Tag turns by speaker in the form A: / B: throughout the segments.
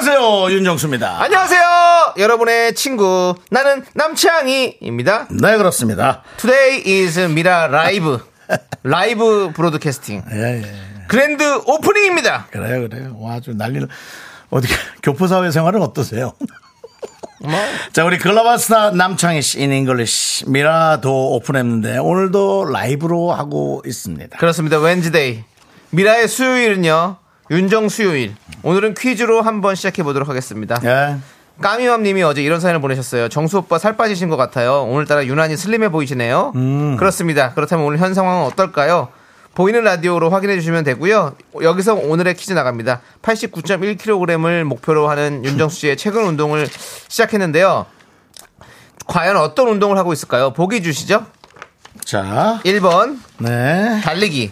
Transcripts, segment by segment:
A: 안녕하세요 윤정수입니다.
B: 안녕하세요, 여러분의 친구 나는 남창희입니다.
A: 네 그렇습니다.
B: Today is 미라 라이브 라이브 브로드캐스팅
A: 예, 예.
B: 그랜드 오프닝입니다.
A: 그래요 그래요. 와 아주 난리를 어떻게 교포사회 생활은 어떠세요?
B: 뭐,
A: 자 우리 글로바스타 남창희 씨인 잉글리시 미라도 오픈했는데 오늘도 라이브로 하고 있습니다.
B: 그렇습니다. 웬즈데이 미라의 수요일은요 윤정 수요일. 오늘은 퀴즈로 한번 시작해 보도록 하겠습니다.
A: 예.
B: 까미맘님이 어제 이런 사연을 보내셨어요. 정수 오빠 살 빠지신 것 같아요. 오늘따라 유난히 슬림해 보이시네요. 그렇습니다. 그렇다면 오늘 현 상황은 어떨까요? 보이는 라디오로 확인해 주시면 되고요. 여기서 오늘의 퀴즈 나갑니다. 89.1kg을 목표로 하는 윤정수 씨의 최근 운동을 시작했는데요. 과연 어떤 운동을 하고 있을까요? 보기 주시죠.
A: 자
B: 1번
A: 네.
B: 달리기,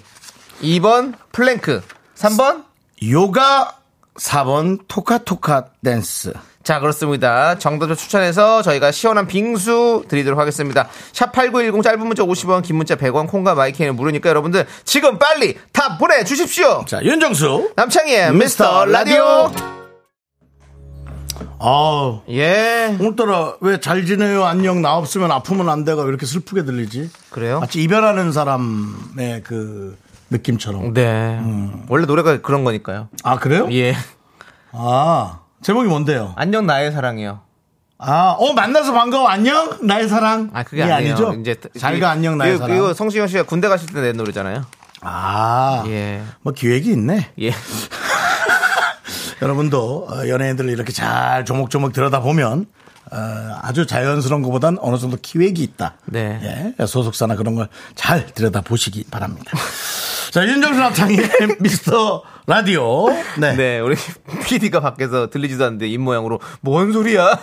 B: 2번 플랭크, 3번
A: 요가 4번 토카토카 댄스.
B: 자 그렇습니다 정답을 추천해서 저희가 시원한 빙수 드리도록 하겠습니다 샵 8910 짧은 문자 50원 긴 문자 100원 콩과 마이키는 무료니까 여러분들 지금 빨리 다 보내주십시오
A: 자 윤정수.
B: 남창희의 미스터 라디오
A: 아
B: 예
A: 오늘따라 왜 잘 지내요 안녕 나 없으면 아프면 안 돼가 왜 이렇게 슬프게 들리지?
B: 그래요?
A: 마치 이별하는 사람의 그 느낌처럼.
B: 네 원래 노래가 그런 거니까요
A: 아 그래요?
B: 예
A: 아 제목이 뭔데요?
B: 안녕 나의 사랑이요
A: 아어 만나서 반가워 안녕 나의 사랑.
B: 아 그게
A: 이게
B: 아니에요 그
A: 아니죠? 잘가 안녕 나의
B: 이거,
A: 사랑.
B: 이거 성시경 씨가 군대 가실 때 낸 노래잖아요
A: 아.
B: 예.
A: 뭐 기획이 있네.
B: 예
A: 여러분도 어, 연예인들을 이렇게 잘 조목조목 들여다보면 어, 아주 자연스러운 것보단 어느 정도 기획이 있다.
B: 네.
A: 예, 소속사나 그런 걸 잘 들여다보시기 바랍니다. 자, 윤정수 남창의 미스터 라디오. 네.
B: 네, 우리 PD가 밖에서 들리지도 않는데 입모양으로 뭔 소리야?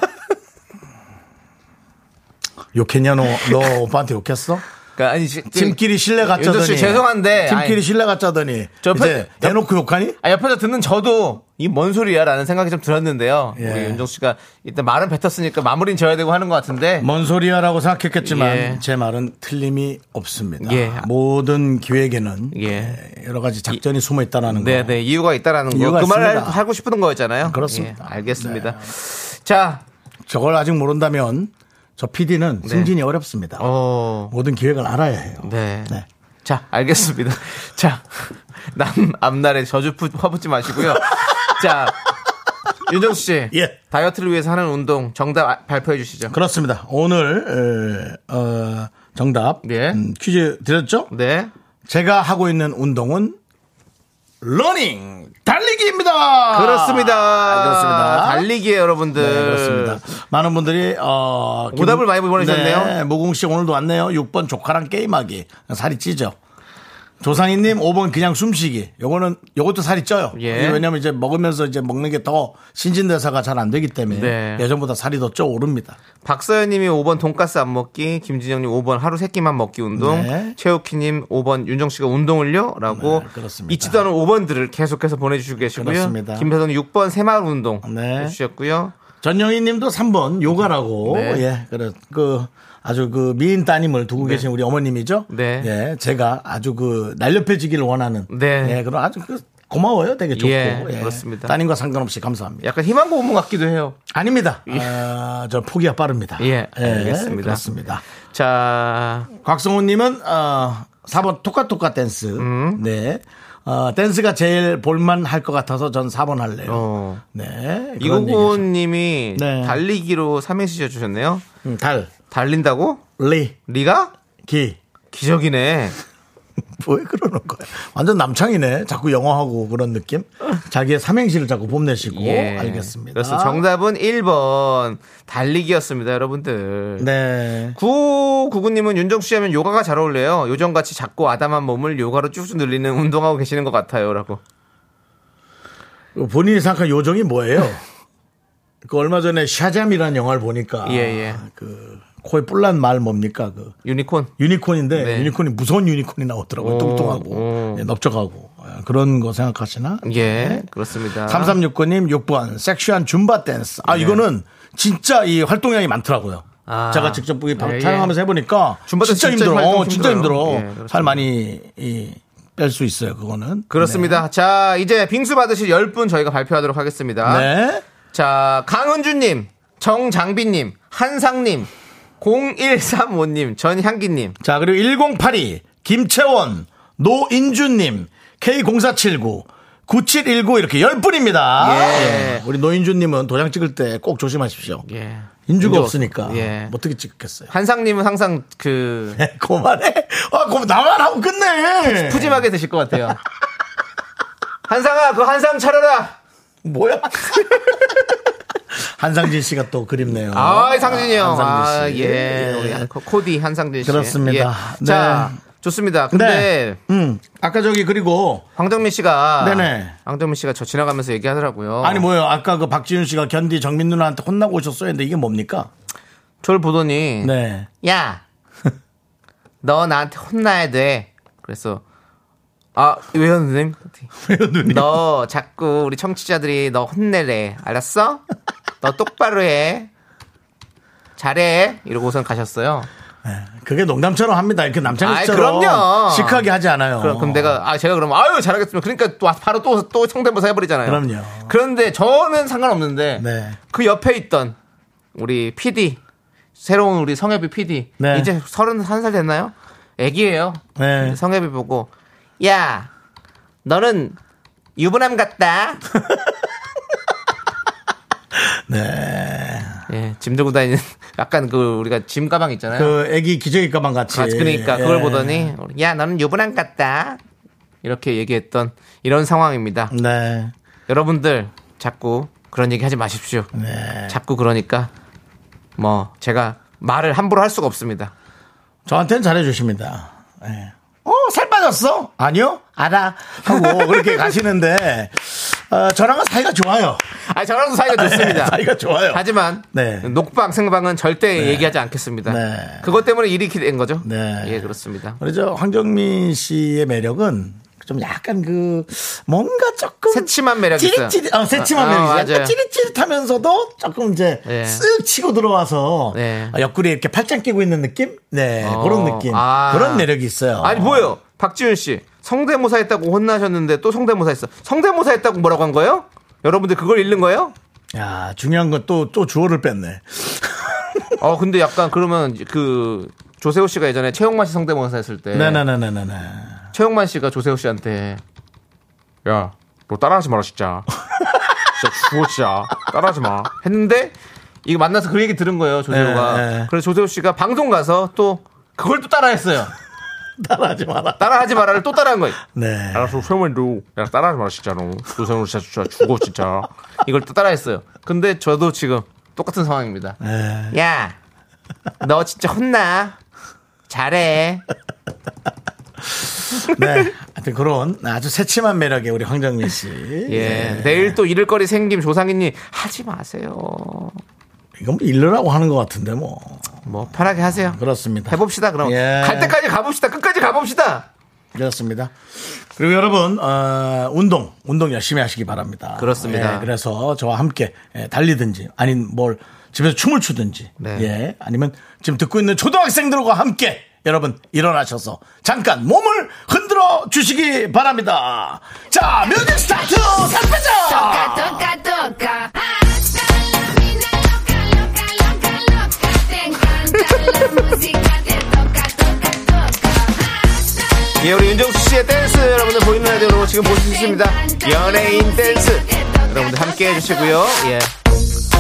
A: 욕했냐, 너, 너 오빠한테 욕했어?
B: 그러니까 아니 지-
A: 팀끼리 신뢰 갖자더니.
B: 윤정수 씨, 죄송한데
A: 팀끼리
B: 아니,
A: 신뢰 갖자더니.
B: 저
A: 이제
B: 편-
A: 대놓고 욕하니?
B: 아, 옆에서 듣는 저도 이 뭔 소리야라는 생각이 좀 들었는데요.
A: 예.
B: 우리 윤정 씨가 일단 말은 뱉었으니까 마무리는 져야 되고 하는 것 같은데.
A: 뭔 소리야라고 생각했겠지만
B: 예.
A: 제 말은 틀림이 없습니다.
B: 예.
A: 모든 기획에는
B: 예.
A: 여러 가지 작전이 숨어 있다라는
B: 네,
A: 거.
B: 네 이유가 있다라는 거.
A: 이유가
B: 그 말을
A: 있습니다.
B: 하고 싶은 거였잖아요.
A: 그렇습니다. 네.
B: 예, 알겠습니다. 자,
A: 저걸 아직 모른다면 저 PD는 승진이 어렵습니다.
B: 네. 어,
A: 모든 기획을 알아야 해요.
B: 네.
A: 네.
B: 자, 알겠습니다. 자, 남 앞날에 저주 푸- 퍼붓지 마시고요. 자, 윤정수 씨,
A: 예.
B: 다이어트를 위해서 하는 운동 정답 아- 발표해 주시죠.
A: 그렇습니다. 오늘 에, 어, 정답
B: 예.
A: 음, 퀴즈 드렸죠?
B: 네.
A: 제가 하고 있는 운동은 러닝 달리기입니다.
B: 그렇습니다.
A: 아, 그렇습니다.
B: 달리기에 여러분들.
A: 네, 그렇습니다. 많은 분들이 어, 김-
B: 오답을 많이 보내주셨네요.
A: 네, 모공 씨 오늘도 왔네요. 6번 조카랑 게임하기 살이 찌죠. 조상희님 5번 그냥 숨쉬기. 요거는 요것도 살이 쪄요.
B: 예.
A: 이게 왜냐면 이제 먹으면서 이제 먹는 게 더 신진대사가 잘 안 되기 때문에
B: 네.
A: 예전보다 살이 더 쪄 오릅니다.
B: 박서연님이 5번 돈가스 안 먹기, 김진영님 5번 하루 세 끼만 먹기 운동,
A: 네.
B: 최욱희님 5번 윤정 씨가 운동을요라고
A: 네, 그렇습니다.
B: 잊지도 않은 5번들을 계속해서 보내주시고 계시고요.
A: 그렇습니다.
B: 김태선 6번 새마을 운동
A: 네.
B: 해주셨고요.
A: 전영희님도 3번 요가라고
B: 네.
A: 예 그래 그 아주 그 미인 따님을 두고 계신 우리 어머님이죠.
B: 네.
A: 예 제가 아주 그 날렵해지기를 원하는
B: 네.
A: 예 그런 아주 그 고마워요. 되게 좋고
B: 예, 그렇습니다.
A: 따님과 상관없이 감사합니다.
B: 약간 희망고 오문 같기도 해요.
A: 아닙니다. 아, 저 포기가 빠릅니다.
B: 예, 알겠습니다.
A: 그렇습니다.
B: 자,
A: 곽성호님은 어, 4번 토카토카 댄스.
B: 음.
A: 네. 어, 댄스가 제일 볼만 할 것 같아서 전 4번 할래요.
B: 어.
A: 네. 그런 얘기죠.
B: 이고고님이
A: 네.
B: 달리기로 3행시 해주셨네요.
A: 음, 달,
B: 달린다고?
A: 리,
B: 리가?
A: 기.
B: 기적이네.
A: 왜 그러는 거야? 완전 남창이네. 자꾸 영어하고 그런 느낌? 자기의 삼행시를 자꾸 뽐내시고.
B: 예.
A: 알겠습니다.
B: 그렇습니다. 정답은 1번 달리기였습니다, 여러분들.
A: 네.
B: 구구구님은 윤정수 씨 하면 요가가 잘 어울려요. 요정같이 작고 아담한 몸을 요가로 쭉쭉 늘리는 운동하고 계시는 것 같아요. 라고.
A: 본인이 생각한 요정이 뭐예요? 그 얼마 전에 샤잠이라는 영화를 보니까
B: 예, 예.
A: 그 코에 뿔난 말 뭡니까 그
B: 유니콘.
A: 유니콘인데
B: 네.
A: 유니콘이 무서운 유니콘이 나오더라고요.
B: 오,
A: 뚱뚱하고
B: 오.
A: 예, 넓적하고 아, 그런 거 생각하시나?
B: 예,
A: 네.
B: 그렇습니다.
A: 3369님 6번 아. 섹시한 줌바 댄스. 아 이거는 진짜 이 활동량이 많더라고요.
B: 네. 아.
A: 제가 직접 이 방-
B: 예, 예.
A: 촬영하면서 해보니까
B: 줌바 댄스
A: 진짜
B: 진짜
A: 힘들어.
B: 활동
A: 어, 진짜 힘들어.
B: 힘들어요. 예,
A: 살
B: 그렇습니다.
A: 많이 뺄 수 있어요. 그거는 네.
B: 그렇습니다. 자, 이제 빙수 받으실 10분 저희가 발표하도록 하겠습니다.
A: 네. 네.
B: 자, 강은주님, 정장빈님, 한상님, 0135님, 전향기님.
A: 자, 그리고 1082, 김채원, 노인주님, K0479, 9719 이렇게 10분입니다.
B: 예.
A: 우리 노인주님은 도장 찍을 때 꼭 조심하십시오.
B: 예.
A: 인주가
B: 인주
A: 없으니까 뭐- 네.
B: 없- 예.
A: 어떻게 찍겠어요?
B: 한상님은 항상 그
A: 그만해. 아, 그만 나만 하고 끝내.
B: 푸짐하게 드실 것 같아요. 한상아, 그 한상 차려라!
A: 뭐야? 한상진 씨가 또 그립네요.
B: 아, 상진이 형. 아,
A: 한상진 씨.
B: 예. 우리 코- 코디 한상진 씨.
A: 그렇습니다.
B: 예. 자,
A: 네.
B: 좋습니다.
A: 근데
B: 근데
A: 음, 아까 저기 그리고
B: 황정민 씨가
A: 네네.
B: 황정민 씨가 저 지나가면서 얘기하더라고요.
A: 아니 뭐예요? 아까 그 박지윤 씨가 견디 정민 누나한테 혼나고 오셨어요. 근데 이게 뭡니까?
B: 저를 보더니
A: 네.
B: 야, 너 나한테 혼나야 돼. 그래서 아 왜요 누님?
A: 왜요, 누님?
B: 너 자꾸 우리 청취자들이 너 혼내래. 알았어? 너 똑바로 해. 잘해. 이러고 우선 가셨어요.
A: 그게 농담처럼 합니다. 이렇게 남창희
B: 아이,
A: 씨처럼
B: 그럼요.
A: 시크하게 하지 않아요.
B: 그럼, 그럼
A: 어.
B: 내가 아 제가 그러면 아유 잘하겠습니다. 그러니까 또 바로 또또 성대모사 해버리잖아요.
A: 그럼요.
B: 그런데 저는 상관없는데
A: 네.
B: 그 옆에 있던 우리 PD 새로운 우리 성엽이 PD
A: 네.
B: 이제 31살 됐나요? 애기예요.
A: 네.
B: 성엽이 보고 야 너는 유부남 같다. 네. 예, 짐 들고 다니는 약간 그 우리가 짐 가방 있잖아요.
A: 그 애기 기저귀 가방 같이.
B: 아, 그러니까 그걸
A: 예.
B: 보더니 야 너는 유부남 같다 이렇게 얘기했던 이런 상황입니다.
A: 네.
B: 여러분들 자꾸 그런 얘기 하지 마십시오.
A: 네.
B: 자꾸 그러니까 뭐 제가 말을 함부로 할 수가 없습니다.
A: 저한테는 잘해주십니다. 예. 어, 살 빠졌어? 아니요? 알아. 하고 그렇게 가시는데, 어, 저랑은 사이가 좋아요. 네.
B: 아 저랑도 사이가 좋습니다.
A: 사이가 좋아요.
B: 하지만
A: 네.
B: 녹방 생방은 절대 얘기하지 않겠습니다.
A: 네.
B: 그것 때문에 일이 이렇게 된 거죠.
A: 네.
B: 예 그렇습니다.
A: 우리 저 황정민 씨의 매력은 좀 약간 그 뭔가 조금
B: 새침한 매력이 있어요.
A: 찌릿찌릿, 어, 새침한
B: 아,
A: 매력이 있어요.
B: 맞아요.
A: 약간 찌릿찌릿하면서 조금 이제
B: 예.
A: 쓱 치고 들어와서
B: 네.
A: 옆구리에 이렇게 팔짱 끼고 있는 느낌? 네,
B: 어,
A: 그런 느낌.
B: 아.
A: 그런 매력이 있어요.
B: 아니 뭐예요? 박지윤 씨 성대모사 했다고 혼나셨는데 또 성대모사 했어. 성대모사 했다고 뭐라고 한 거예요? 여러분들 그걸 읽는 거예요?
A: 야, 중요한 건 또 또 주어를 뺐네.
B: 어 근데 약간 그러면 그 조세호 씨가 예전에 최용만 씨 성대모사 했을 때
A: 네네네네네.
B: 최용만 씨가 조세호 씨한테 야 너 따라하지 마라 진짜 진짜 죽어 진짜 따라하지 마 했는데 이거 만나서 그 얘기 들은 거예요 조세호가
A: 네, 네.
B: 그래서 조세호 씨가 방송 가서 또 그걸 또 따라했어요
A: 따라하지 마라.
B: 따라하지 마라를 또 따라한 거예요
A: 네.
B: 알았어 소문도 야 따라하지 마라 진짜로 조세호 진짜, 진짜 죽어 진짜 이걸 또 따라했어요 근데 저도 지금 똑같은 상황입니다
A: 네.
B: 야, 너 진짜 혼나. 잘해.
A: 네. 하여튼 그런 아주 새침한 매력의 우리 황정민 씨.
B: 예.
A: 네.
B: 내일 또 잃을 거리 생김 조상희님 하지 마세요.
A: 이건 뭐 일러라고 하는 것 같은데 뭐.
B: 뭐 편하게 하세요.
A: 아, 그렇습니다.
B: 해봅시다. 그럼
A: 예.
B: 갈 때까지 가봅시다. 끝까지 가봅시다.
A: 그렇습니다. 그리고 여러분 어, 운동 운동 열심히 하시기 바랍니다.
B: 그렇습니다.
A: 예, 그래서 저와 함께 예, 달리든지 아닌 뭘 집에서 춤을 추든지
B: 네.
A: 예, 아니면 지금 듣고 있는 초등학생들과 함께 여러분 일어나셔서 잠깐 몸을 흔들어 주시기 바랍니다. 자 뮤직 스타트 살 빼자.
C: Toca, toca. Hasta la mina loca, loca, loca, loca. Te encanta la música, te toca, toca, toca. Hasta
B: 예, 우리 윤정수 씨의 댄스 여러분들 보이는 라디오로 지금 보실 수 있습니다. 연예인 댄스 여러분들 함께 해주시고요. 예.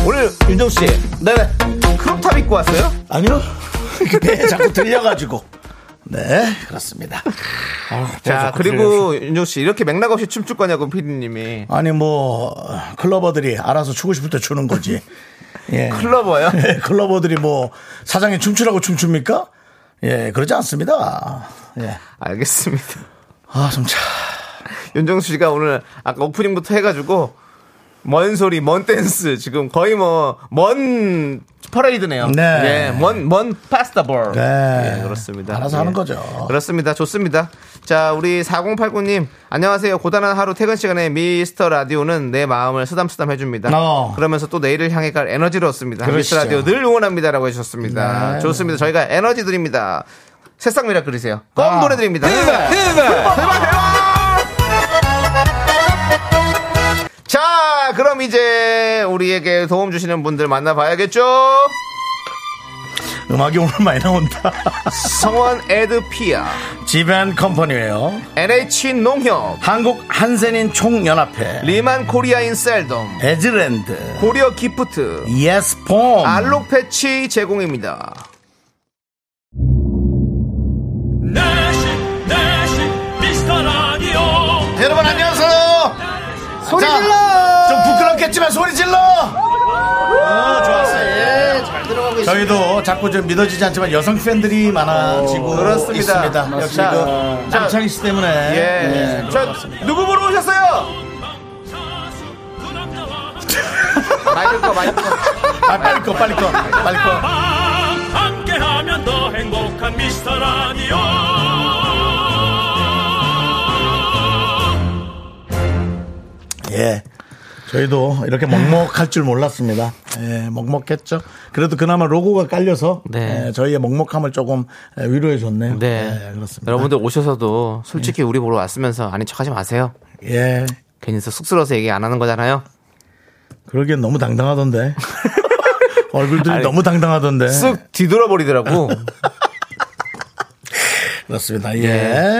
B: 오늘 윤정수 씨
A: 네네.
B: 크롭탑 입고 왔어요?
A: 아니요. 배에 자꾸 들려가지고. 네 그렇습니다.
B: 자 그리고 윤정수 씨 이렇게 맥락 없이 춤출 거냐고 피디님이
A: 아니 뭐 클러버들이 알아서 추고 싶을 때 추는 거지. 예.
B: 클러버요?
A: 예, 클러버들이 뭐 사장이 춤추라고 춤춥니까? 예, 그러지 않습니다. 예.
B: 알겠습니다.
A: 아, 좀 차.
B: 윤정수 씨가 오늘 아까 오프닝부터 해가지고 먼 소리, 먼 댄스. 지금 거의 뭐, 먼 퍼레이드네요.
A: 네.
B: 예, 먼, 먼 파스타볼.
A: 네.
B: 예, 그렇습니다.
A: 알아서
B: 예.
A: 하는 거죠.
B: 그렇습니다. 좋습니다. 자, 우리 4089님. 안녕하세요. 고단한 하루 퇴근 시간에 미스터 라디오는 내 마음을 쓰담쓰담 해줍니다.
A: 어.
B: 그러면서 또 내일을 향해 갈 에너지를 얻습니다. 미스터
A: 그러시죠.
B: 라디오 늘 응원합니다라고 해주셨습니다.
A: 네.
B: 좋습니다. 저희가 에너지 드립니다. 새싹 미라 그리세요. 껌
A: 아.
B: 보내드립니다. 자, 그럼 이제 우리에게 도움 주시는 분들 만나봐야겠죠?
A: 음악이 오늘 많이 나온다.
B: 성원 에드피아,
A: 지벤 컴퍼니웨어,
B: NH 농협,
A: 한국 한센인 총연합회,
B: 리만 코리아인 셀덤,
A: 에즈랜드,
B: 고려 기프트,
A: 예스폼,
B: 알록 패치 제공입니다.
D: 내시 내시 미스터 라디오
A: 여러분 안녕하세요. 소리 질러. 좀 부끄럽겠지만 소리 질러. 어, 좋았어요. 예, 저희도 자꾸 좀 믿어지지 않지만 여성 팬들이 많아지고
B: 어, 그렇습니다.
A: 있습니다. 역시
B: 맞습니다.
A: 그
B: 자,
A: 남창희 씨 때문에.
B: 예.
A: 예.
B: 저, 누구 보러 오셨어요? 마이크 꺼, 마이크 꺼.
A: 아, 빨리 꺼, 빨리 꺼, 빨리 꺼.
D: 함께하면 더 행복한 미스터 라디오
A: 예. 저희도 이렇게 먹먹할 줄 몰랐습니다. 예, 먹먹했죠. 그래도 그나마 로고가 깔려서
B: 네.
A: 예, 저희의 먹먹함을 조금 예, 위로해 줬네요.
B: 네.
A: 예, 그렇습니다.
B: 여러분들 오셔서도 솔직히 우리 보러 왔으면서 아닌 척 하지 마세요.
A: 예.
B: 괜히 쑥스러워서 얘기 안 하는 거잖아요.
A: 그러기엔 너무 당당하던데. 얼굴들이
B: 아니,
A: 너무 당당하던데.
B: 쑥 뒤돌아버리더라고.
A: 그렇습니다. 예.
B: 예,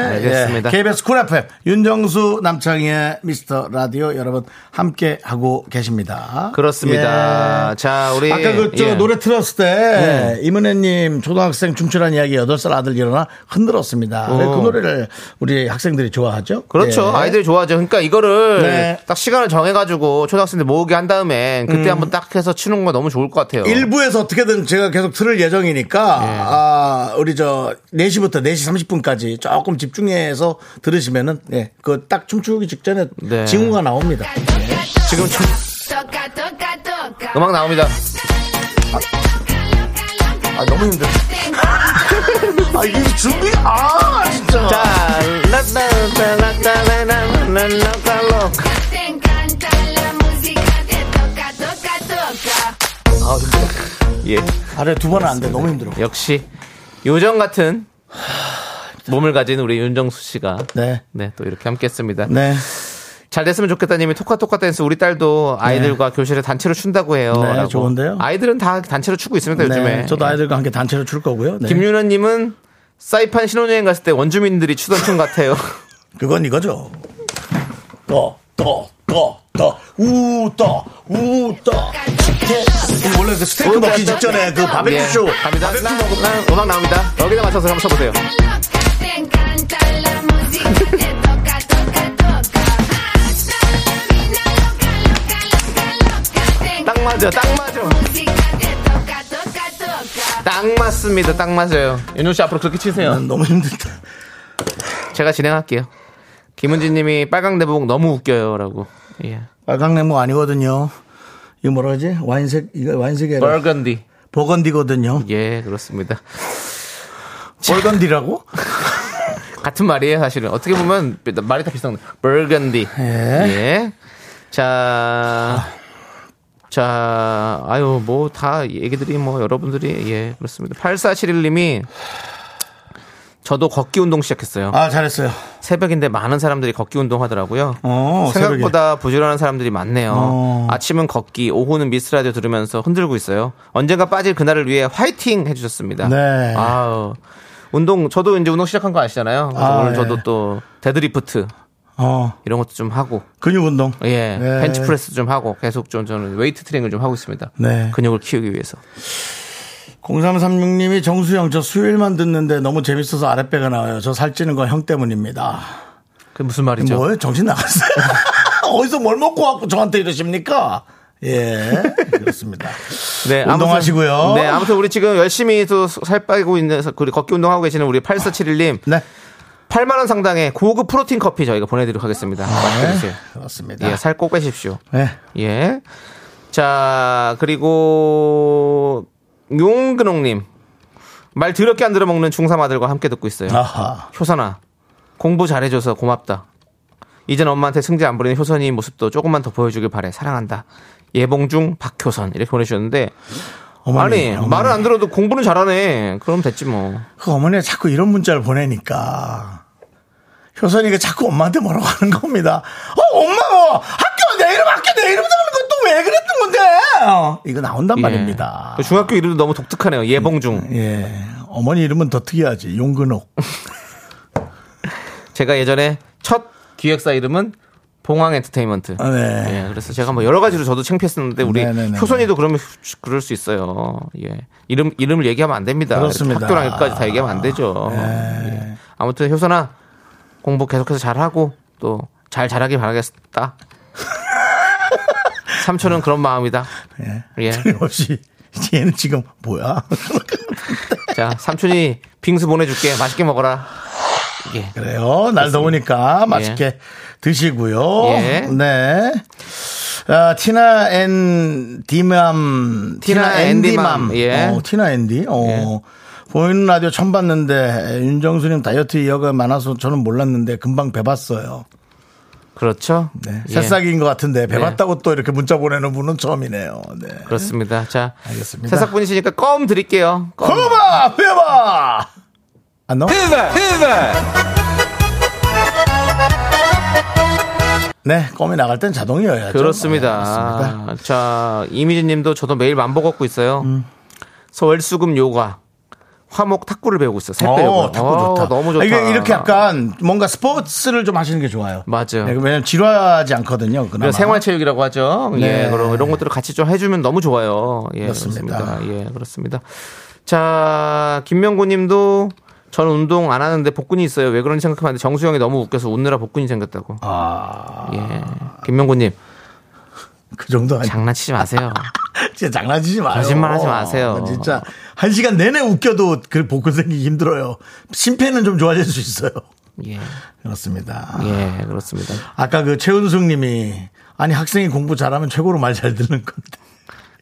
B: 알겠습니다.
A: 예. KBS 쿨 FM 윤정수 남창희의 미스터 라디오 여러분 함께 하고 계십니다. 예.
B: 그렇습니다. 자, 우리-
A: 아까 그 저
B: 예.
A: 노래 틀었을 때 이문혜님 초등학생 춤추란 이야기 8살 아들 일어나 흔들었습니다.
B: 오.
A: 왜 그 노래를 우리 학생들이 좋아하죠?
B: 그렇죠.
A: 예.
B: 아이들이 좋아하죠. 그러니까 이거를
A: 네.
B: 딱 시간을 정해가지고 초등학생들 모으게 한 다음에 그때 한번 딱 해서 치는 거 너무 좋을 것 같아요.
A: 일부에서 어떻게든 제가 계속 틀을 예정이니까 아, 우리 저 4시부터 4시 30분까지 조금 집중해서 들으시면은 예. 그 딱 춤추기 직전에
B: 네.
A: 징후가 나옵니다.
C: 지금 좀
B: 음악 나옵니다.
C: 아 너무 힘들어.
A: 아, 이 준비 아, 진짜.
B: 자, 라따라따라따라라라라라. 예,
A: 아래 두 번은 안 돼. 너무 힘들어.
B: 역시 요정 같은 몸을 가진 우리 윤정수 씨가
A: 네.
B: 네, 또 이렇게 함께했습니다.
A: 네.
B: 잘 됐으면 좋겠다님이 토카토카 댄스 우리 딸도 아이들과 교실에 단체로 춘다고 해요.
A: 네,
B: 라고.
A: 좋은데요?
B: 아이들은 다 단체로 추고 있습니다
A: 네.
B: 요즘에.
A: 저도 아이들과 함께 단체로 출 거고요. 네.
B: 김윤아님은 사이판 신혼여행 갔을 때 원주민들이 추던 춤 같아요.
A: 그건 이거죠. 또, 또, 또, 또, 우, 또, 우, 또. 치킨. 원래 그 스테이크 먹기 직전에 그 바베큐쇼.
B: 예, 갑니다. 나, 나, 음악 나옵니다. 여기다 맞춰서 한번 쳐보세요. 딱 맞아, 딱 맞아. 딱 맞습니다. 딱 맞아요. 윤종 씨 앞으로 그렇게 치세요.
A: 난 너무 힘들다.
B: 제가 진행할게요. 김은지님이 빨강 내복 너무 웃겨요라고. 예.
A: 빨강 냉모 아니거든요. 이거 뭐라 하지? 와인색, 이거 와인색이 아니라
B: 버건디.
A: 버건디거든요.
B: 예, 그렇습니다.
A: 버건디라고?
B: 같은 말이에요, 사실은. 어떻게 보면 말이 다 비슷한 거예요. 버건디. 예. 자. 자, 아유, 뭐 다 얘기들이 뭐 여러분들이 예, 그렇습니다. 8471님이 저도 걷기 운동 시작했어요.
A: 아, 잘했어요.
B: 새벽인데 많은 사람들이 걷기 운동 하더라고요.
A: 어,
B: 생각보다 부지런한 사람들이 많네요.
A: 어.
B: 아침은 걷기, 오후는 미스 라디오 들으면서 흔들고 있어요. 언젠가 빠질 그날을 위해 화이팅 해주셨습니다.
A: 네.
B: 아우. 운동, 저도 이제 운동 시작한 거 아시잖아요. 그래서
A: 아,
B: 오늘
A: 네.
B: 저도 또 데드리프트
A: 어,
B: 이런 것도 좀 하고,
A: 근육 운동.
B: 예.
A: 네.
B: 벤치프레스 좀 하고, 계속 좀 저는 웨이트 트레이닝을 좀 하고 있습니다.
A: 네.
B: 근육을 키우기 위해서.
A: 0336님이 정수영 저 수요일만 듣는데 너무 재밌어서 아랫배가 나와요. 저 살찌는 건 형 때문입니다.
B: 그게 무슨 말이죠?
A: 뭐예요? 정신 나갔어요? 어디서 뭘 먹고 왔고 저한테 이러십니까? 예, 그렇습니다.
B: 네,
A: 운동하시고요.
B: 아무튼, 네, 아무튼 우리 지금 열심히 또 살 빠고 있는, 그 걷기 운동하고 계시는 우리 8471님.
A: 네.
B: 8만원 상당의 고급 프로틴 커피 저희가 보내드리도록
A: 아.
B: 하겠습니다. 맛있게 드세요.
A: 네, 그렇습니다.
B: 아, 예, 살 꼭 빼십시오.
A: 네.
B: 예. 자, 그리고 용근홍님. 말 더럽게 안 들어먹는 중3 아들과 함께 듣고 있어요.
A: 아하.
B: 효선아, 공부 잘해줘서 고맙다. 이젠 엄마한테 승질 안 부리는 효선이 모습도 조금만 더 보여주길 바래. 사랑한다. 예봉중 박효선 이렇게 보내주셨는데
A: 어머니,
B: 아니
A: 어머니.
B: 말을 안 들어도 공부는 잘하네. 그럼 됐지 뭐.
A: 그 어머니가 자꾸 이런 문자를 보내니까 효선이가 자꾸 엄마한테 뭐라고 하는 겁니다. 어, 엄마, 어, 학교 내 이름, 학교 내 이름 나오는 건 또 왜 그랬던 건데? 어, 이거 나온단 말입니다.
B: 예. 중학교 이름도 너무 독특하네요. 예봉중.
A: 예. 어머니 이름은 더 특이하지. 용근옥.
B: 제가 예전에 첫 기획사 이름은 봉황 엔터테인먼트.
A: 아, 네.
B: 예, 그래서 제가 뭐 여러 가지로 저도 창피했었는데 우리
A: 네네네.
B: 효선이도 그러면 휴- 그럴 수 있어요. 예. 이름 이름을 얘기하면 안 됩니다.
A: 그렇습니다. 아, 네.
B: 학교랑 여기까지 다 얘기하면 안 되죠. 예. 아무튼 효선아 공부 계속해서 잘하고 또 잘 자라길 바라겠다. 삼촌은 그런 마음이다.
A: 예.
B: 예.
A: 틀림없이 얘는 지금 뭐야?
B: 자, 삼촌이 빙수 보내줄게. 맛있게 먹어라. 예.
A: 그래요. 날 더우니까 맛있게 드시고요.
B: 예.
A: 네. 아, 티나 앤 디맘,
B: 티나
A: 티나
B: 앤
A: 앤디맘,
B: 디맘, 예.
A: 어, 티나 앤디, 어, 보이는 라디오 처음 봤는데 윤정수님 다이어트 이어가 많아서 저는 몰랐는데 금방 배봤어요.
B: 그렇죠.
A: 네.
B: 예.
A: 새싹인 것 같은데
B: 네.
A: 배봤다고 또 이렇게 문자 보내는 분은 처음이네요. 네.
B: 그렇습니다. 자,
A: 알겠습니다.
B: 새싹 분이시니까 껌 드릴게요. 껌.
A: 후바, 후바. 안 넣어? 네, 껌이 나갈 땐 자동이어야죠.
B: 그렇습니다. 자, 이미진 님도 저도 매일 만보 걷고 있어요.
A: 음.
B: 서월수금 요가. 화목 탁구를 배우고 있어요. 살 빼려고.
A: 어, 탁구 좋다.
B: 너무 좋다.
A: 아, 이게 이렇게 약간 뭔가 스포츠를 좀 하시는 게 좋아요.
B: 맞아요.
A: 네, 왜냐면 지루하지 않거든요. 그나마.
B: 그런 생활체육이라고 하죠.
A: 네.
B: 예, 그런 이런 것들을 같이 좀 해주면 너무 좋아요. 예,
A: 그렇습니다.
B: 그렇습니다. 예, 그렇습니다. 자, 김명구님도 저는 운동 안 하는데 복근이 있어요. 왜 그런지 생각하는데 정수영이 너무 웃겨서 웃느라 복근이 생겼다고.
A: 아,
B: 예, 김명구님
A: 그 정도 아니.
B: 장난치지 마세요.
A: 진짜 장난치지 마요. 아,
B: 거짓말하지 마세요.
A: 진짜 한 시간 내내 웃겨도 그 복근 생기기 힘들어요. 심폐는 좀 좋아질 수 있어요.
B: 예,
A: 그렇습니다.
B: 예, 그렇습니다.
A: 아까 그 최은숙 님이 아니 학생이 공부 잘하면 최고로 말 잘 듣는 건데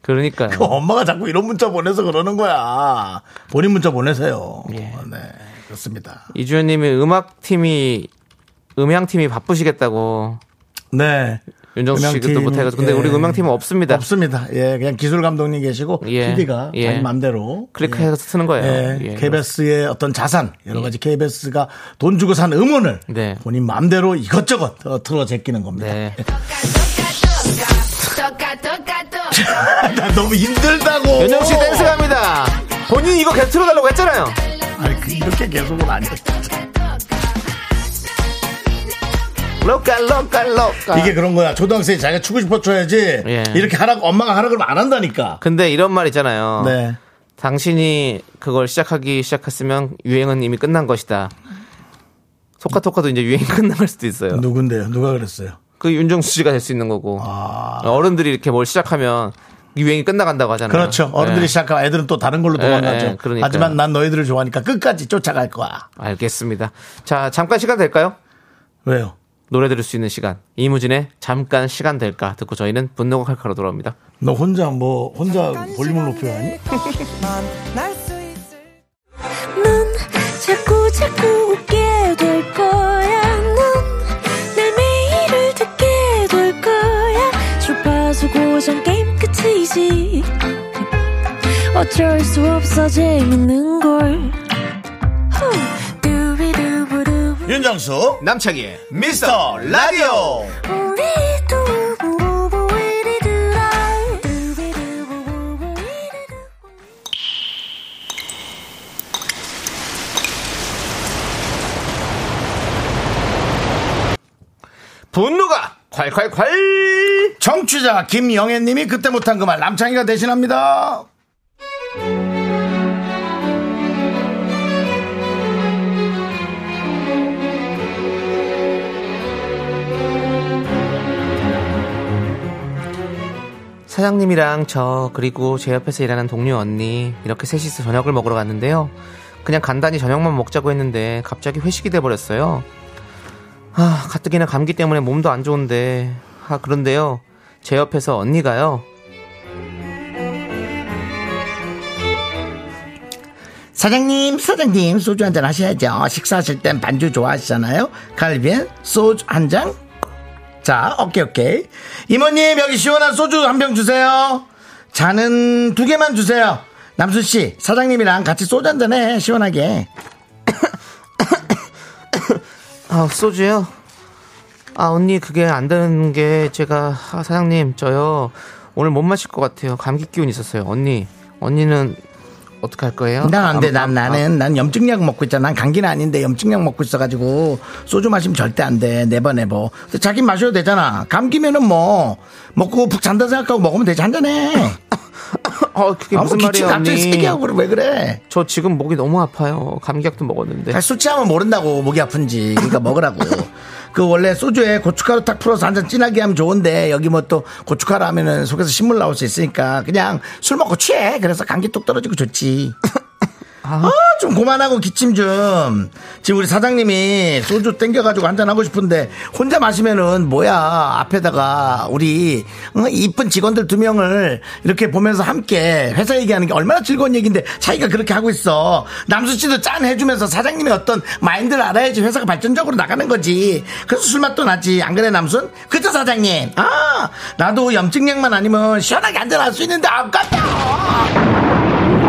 B: 그러니까요.
A: 그 엄마가 자꾸 이런 문자 보내서 그러는 거야. 본인 문자 보내세요.
B: 예.
A: 네. 그렇습니다.
B: 이주연님이 음악팀이 음향팀이 바쁘시겠다고
A: 네.
B: 윤정수 씨
A: 음향팀,
B: 그것도 못해가지고 근데
A: 예.
B: 우리 음향팀은 없습니다.
A: 없습니다. 예, 그냥 기술 감독님 계시고
B: 예,
A: PD가
B: 예.
A: 자기 맘대로
B: 클릭해서 쓰는 거예요.
A: 예,
B: 예,
A: KBS의 어떤 자산 여러 가지 KBS가 돈 주고 산 음원을
B: 네.
A: 본인 맘대로 이것저것 틀어- 틀어 제끼는 겁니다.
B: 네.
C: toca, toca, toca.
A: 나 너무 힘들다고.
B: 윤정수 씨 댄스 갑니다. 본인이 이거 계속 틀어달라고 했잖아요.
A: 아니, 그- 이렇게 계속은 아니었
B: 로까 로까 로까.
A: 이게 그런 거야. 초등학생이 자기가 추고 싶어 쳐야지.
B: 그러니까. 예.
A: 이렇게 하라고 엄마가 하라고 그러면 안 한다니까.
B: 근데 이런 말 있잖아요.
A: 네.
B: 당신이 그걸 시작하기 시작했으면 유행은 이미 끝난 것이다. 소카토카도 이제 유행 이 끝날 수도 있어요.
A: 누군데요? 누가 그랬어요? 아,
B: 그 윤정수 씨가 될 수 있는 거고 아, 어른들이 이렇게 뭘 시작하면 유행이 끝나간다고 하잖아요.
A: 그렇죠. 어른들이
B: 네.
A: 시작하면 애들은 또 다른 걸로
B: 예,
A: 도망가죠.
B: 예, 그러니까요.
A: 하지만 난 너희들을 좋아하니까 끝까지 쫓아갈 거야.
B: 알겠습니다. 자, 잠깐 시간 될까요?
A: 왜요?
B: 노래 들을 수 있는 시간. 이무진의 잠깐 시간 될까 듣고 저희는 분노가 칼칼로 돌아옵니다.
A: 너 혼자 뭐 혼자 볼륨을 높여야 하니?
E: 넌 자꾸 자꾸 웃게 될 거야. 넌내 매일을 듣게 될 거야. 주파수 고정 게임 끝이지. 어쩔 수 없어 재밌는 걸. 후. 두비두부두.
A: 윤정수
B: 남창희의
A: 미스터 라디오
E: 우리 두부부부 우리들아. 두비두부부부 우리들아.
B: 분노가 콸콸콸!
A: 정취자 김영애님이 그때 못한 그 말 남창희가 대신합니다.
B: 사장님이랑 저 그리고 제 옆에서 일하는 동료 언니 이렇게 셋이서 저녁을 먹으러 갔는데요. 그냥 간단히 저녁만 먹자고 했는데 갑자기 회식이 돼버렸어요. 아, 가뜩이나 감기 때문에 몸도 안 좋은데. 아, 그런데요. 제 옆에서 언니가요.
A: 사장님, 사장님, 소주 한 잔 하셔야죠. 식사하실 땐 반주 좋아하시잖아요. 갈비엔 소주 한 잔. 자, 오케이, 오케이. 이모님, 여기 시원한 소주 한 병 주세요. 잔은 두 개만 주세요. 남순씨, 사장님이랑 같이 소주 한 잔 해, 시원하게.
B: 아, 소주요? 아, 언니, 그게 안 되는 게 제가, 아, 사장님, 저요. 오늘 못 마실 것 같아요. 감기 기운이 있었어요. 언니, 언니는 어떻게 할 거예요?
A: 난 안 돼.
B: 아,
A: 난,
B: 아,
A: 나는, 난 염증약 먹고 있잖아. 난 감기는 아닌데 염증약 먹고 있어가지고 소주 마시면 절대 안 돼. 네버, 네버. 근데 자기 마셔도 되잖아. 감기면은 뭐, 먹고 푹 잔다 생각하고 먹으면 되지. 한 잔 해.
B: 아, 어, 그게
A: 아,
B: 무슨
A: 뭐 기침
B: 말이에요,
A: 갑자기 세게 하고
B: 언니?
A: 그래, 왜 그래?
B: 저 지금 목이 너무 아파요. 감기약도 먹었는데.
A: 아, 술 취하면 모른다고 목이 아픈지 그러니까 먹으라고. 그 원래 소주에 고춧가루 탁 풀어서 한 잔 진하게 하면 좋은데 여기 뭐 또 고춧가루 하면은 속에서 신물 나올 수 있으니까 그냥 술 먹고 취해. 그래서 감기 뚝 떨어지고 좋지. 아, 좀 그만하고 기침 좀. 지금 우리 사장님이 소주 땡겨가지고 한잔 하고 싶은데 혼자 마시면은 뭐야 앞에다가 우리 응, 이쁜 직원들 두 명을 이렇게 보면서 함께 회사 얘기하는 게 얼마나 즐거운 얘기인데 자기가 그렇게 하고 있어. 남수 씨도 짠 해주면서 사장님의 어떤 마인드를 알아야지 회사가 발전적으로 나가는 거지. 그래서 술맛도 나지. 안 그래 남순? 그쵸 사장님? 아 나도 염증약만 아니면 시원하게 한잔할 수 있는데 아깝다.